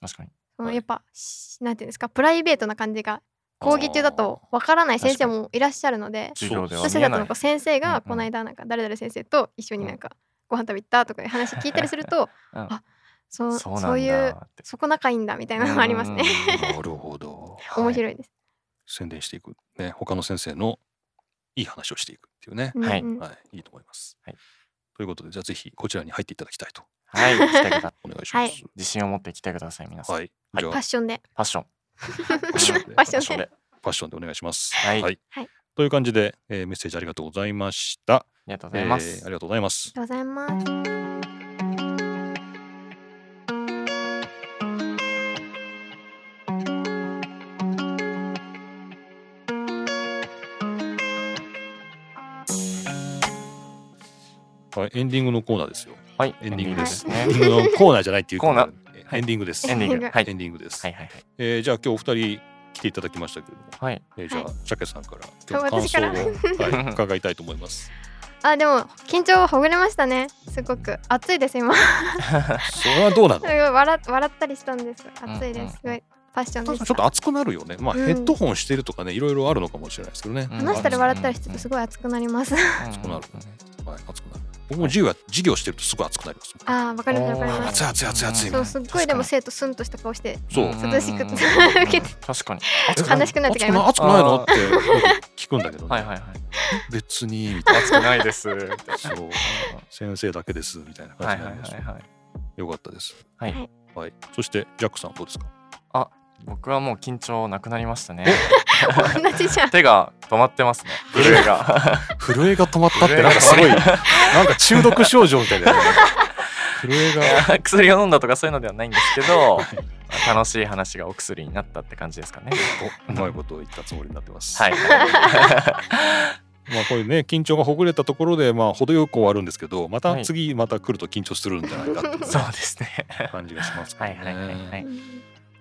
S2: 確かに。
S3: その
S1: はい
S3: やっぱしなんていうんですかプライベートな感じが講義中だとわからない先生もいらっしゃるので
S2: 授業では
S3: 私
S2: 見え
S3: だと
S2: な
S3: ないんか。先生
S2: うんう
S3: が
S2: ん
S3: この間なんか誰々先生と一緒になんかご飯食べ行ったとかいう話聞いたりすると
S2: うん
S3: あそう
S2: そう
S3: そ
S2: な
S3: う
S2: だ
S3: んいう
S2: って
S3: そこ仲いいんだみたいなのもありますね。
S1: なるほど
S2: うん
S3: 面白いです。
S1: 宣伝していくね他の先生のいい話をしていくっていうね、
S2: はい
S3: うんうん
S1: はいいいと思います、
S2: はい
S1: ということでじゃあぜひこちらに入っていただきたいと
S2: はい。来てくだ
S1: お願いし
S3: は
S1: ま
S3: い
S1: す
S2: 自信を持って来てください皆さん。
S1: はい、じゃあ
S3: パッションで。
S2: ファッション。
S1: ファッションで
S3: パッ
S2: フ
S3: ションで。
S2: あ
S1: ファッションでお願いします
S2: はい
S3: はい
S1: という感じで、えーメッセージありがとうございました
S2: りがとうございま
S1: えーあ
S2: す。
S1: りがとうございます
S3: ありがとうございます。
S1: はいエンディングのコーナーですよ。
S2: はい、
S1: エンディングです
S2: ね
S1: エンディングのコーナーじゃないっていう
S2: コーナー
S1: エンディングです。
S2: エンディング。はい。
S1: エンディングです。
S2: はいはい
S1: えーじゃあ今日お二人来ていただきましたけれども、
S2: はい。
S1: えーじゃあ
S3: は
S1: シャケさんから今日の感
S3: 私
S1: 想
S3: から
S1: を、 はい、伺いたいと思います。
S3: あでも緊張はほぐれましたねすごく暑いです今 す
S2: はい。
S1: それはどうなの
S3: ご？い笑笑ったりしたんです
S2: う
S3: 暑い
S2: んう
S3: で
S2: ん
S3: すすごいパッション
S1: ちょ
S3: で
S1: っ
S3: した
S1: と熱くなるよね。まあ、
S3: うん
S1: ヘッドホンしてるとかね、いろいろあるのかもしれないですけどね。
S2: うん
S3: 話したり笑ったりしてるとすごい熱くなります。
S1: そうなるはい、熱くなる。僕も授業や授業してるとすごい熱くなります。
S3: ああ、わかりますわかり
S2: あー
S3: ます
S1: 熱い熱い熱い熱いみたい
S3: そ、
S1: うな。
S3: すっご
S1: 確か
S3: い
S1: に
S3: でも生徒スンとした顔して、
S1: そう。
S3: 涼しくて受けて
S2: 確かに。
S3: 悲しくなってき
S1: 熱くな
S3: ま
S1: 熱くない のって聞くんだけど、ね
S2: はいはいはい。
S1: 別にみたい
S2: 熱くな いです。みたいな
S1: なそう先生だけですみたいな
S2: は
S1: 感
S2: い
S1: じ
S2: は
S1: ないんですよ、
S2: はいはい。
S1: よかったです
S2: はい
S1: はいそしてジャックさんどうですか
S2: 僕はもう緊張なくなりましたね。
S3: す。 同じ じゃん。
S2: 手が止まってま すね。 震えが。
S1: 震えが止まったって
S2: 震
S1: な
S2: えが
S1: んかすごい
S2: 止ま
S1: なんか中毒症状みたいだよね震えが
S2: 薬を飲んだとかそういうのではないんですけど、まあ楽しい話がお薬になったって感じですか ね。
S1: おうまいことを言ったつもりになって ます
S2: はい。
S1: まあこういうね緊張がほぐれたところでまあ程よく終わるんですけどま
S2: は
S1: た
S2: い
S1: 次また来ると緊張するんじゃないかってい
S2: そう
S1: う
S2: ですね。
S1: 感じがしますけど
S2: はいはいはいは
S1: ね
S2: い。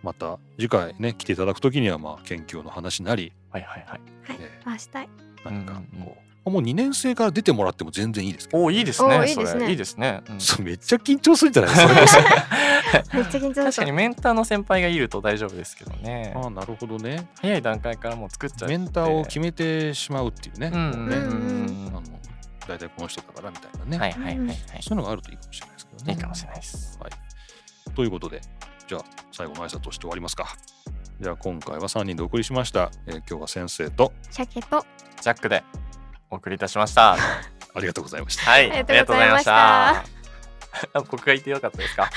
S1: また次回ね来ていただくときにはまあ研究の話なり
S2: はいはいはい。
S3: はい
S1: え、
S3: あ、したい。
S1: 何か
S2: うんうん
S1: こうもう2年生から出てもらっても全然いいですけど
S2: おーいいです
S3: おー
S2: ね。
S3: いいですね
S2: それいいですね。うん
S1: そうめっちゃ緊張するんじゃないそれこそ
S3: めっちゃ緊張
S2: 確
S3: し
S2: か
S3: た
S2: に。メンターの先輩がいると大丈夫ですけどね。
S1: ああなるほどね
S2: 早い段階からもう作っちゃっ
S1: メ
S2: て。
S1: ンターを決めてしまうっていうね,、
S2: うんうん
S1: ね
S2: うん
S1: あ
S2: うん
S1: の大体この人だからみたいなね、
S2: はいはいはいはい。
S1: そういうのがあるといいかもしれないですけど
S2: い
S1: ね
S2: いかもしれないです。
S1: ということでじゃあ最後の挨拶をして終わりますかじゃあ今回は3人でお送りしました、えー今日は先生と
S3: 鮭と。
S2: ジャックでお送りいたしました。
S1: ありがとうございました
S2: はい、
S3: あ
S2: あ
S3: り
S2: り
S3: が
S2: がと
S3: とう
S2: うござい
S3: ございま
S2: ま
S3: し
S2: したた。僕が言ってよかった ですか。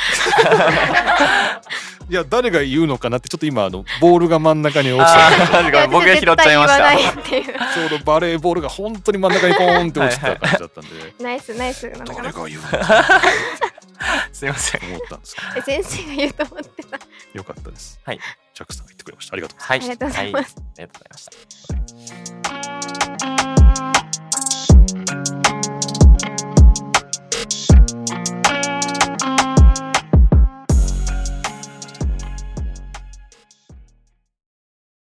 S1: いや誰が言うのかなってちょっと今あのボールが真ん中に落ち
S2: あ
S1: た
S2: ーごめん僕が拾っちゃいま
S3: 私
S2: し
S3: 絶対言わないっ
S1: ちょうどバレーボールが本当に真ん中にポーンって落ちた感じだったんで
S3: ていう。 ナイスナイスなのか
S1: 誰
S3: な。
S1: が言うのかなと
S2: た。 すいません。
S1: 思ったんですけ
S3: え先生が言うと思ってた。
S1: どよかったです
S2: はい
S1: ジャックさんが言ってくれましたありがとうございます
S2: はい、
S3: ありがとうございます
S2: はいありがとうございました。
S1: はい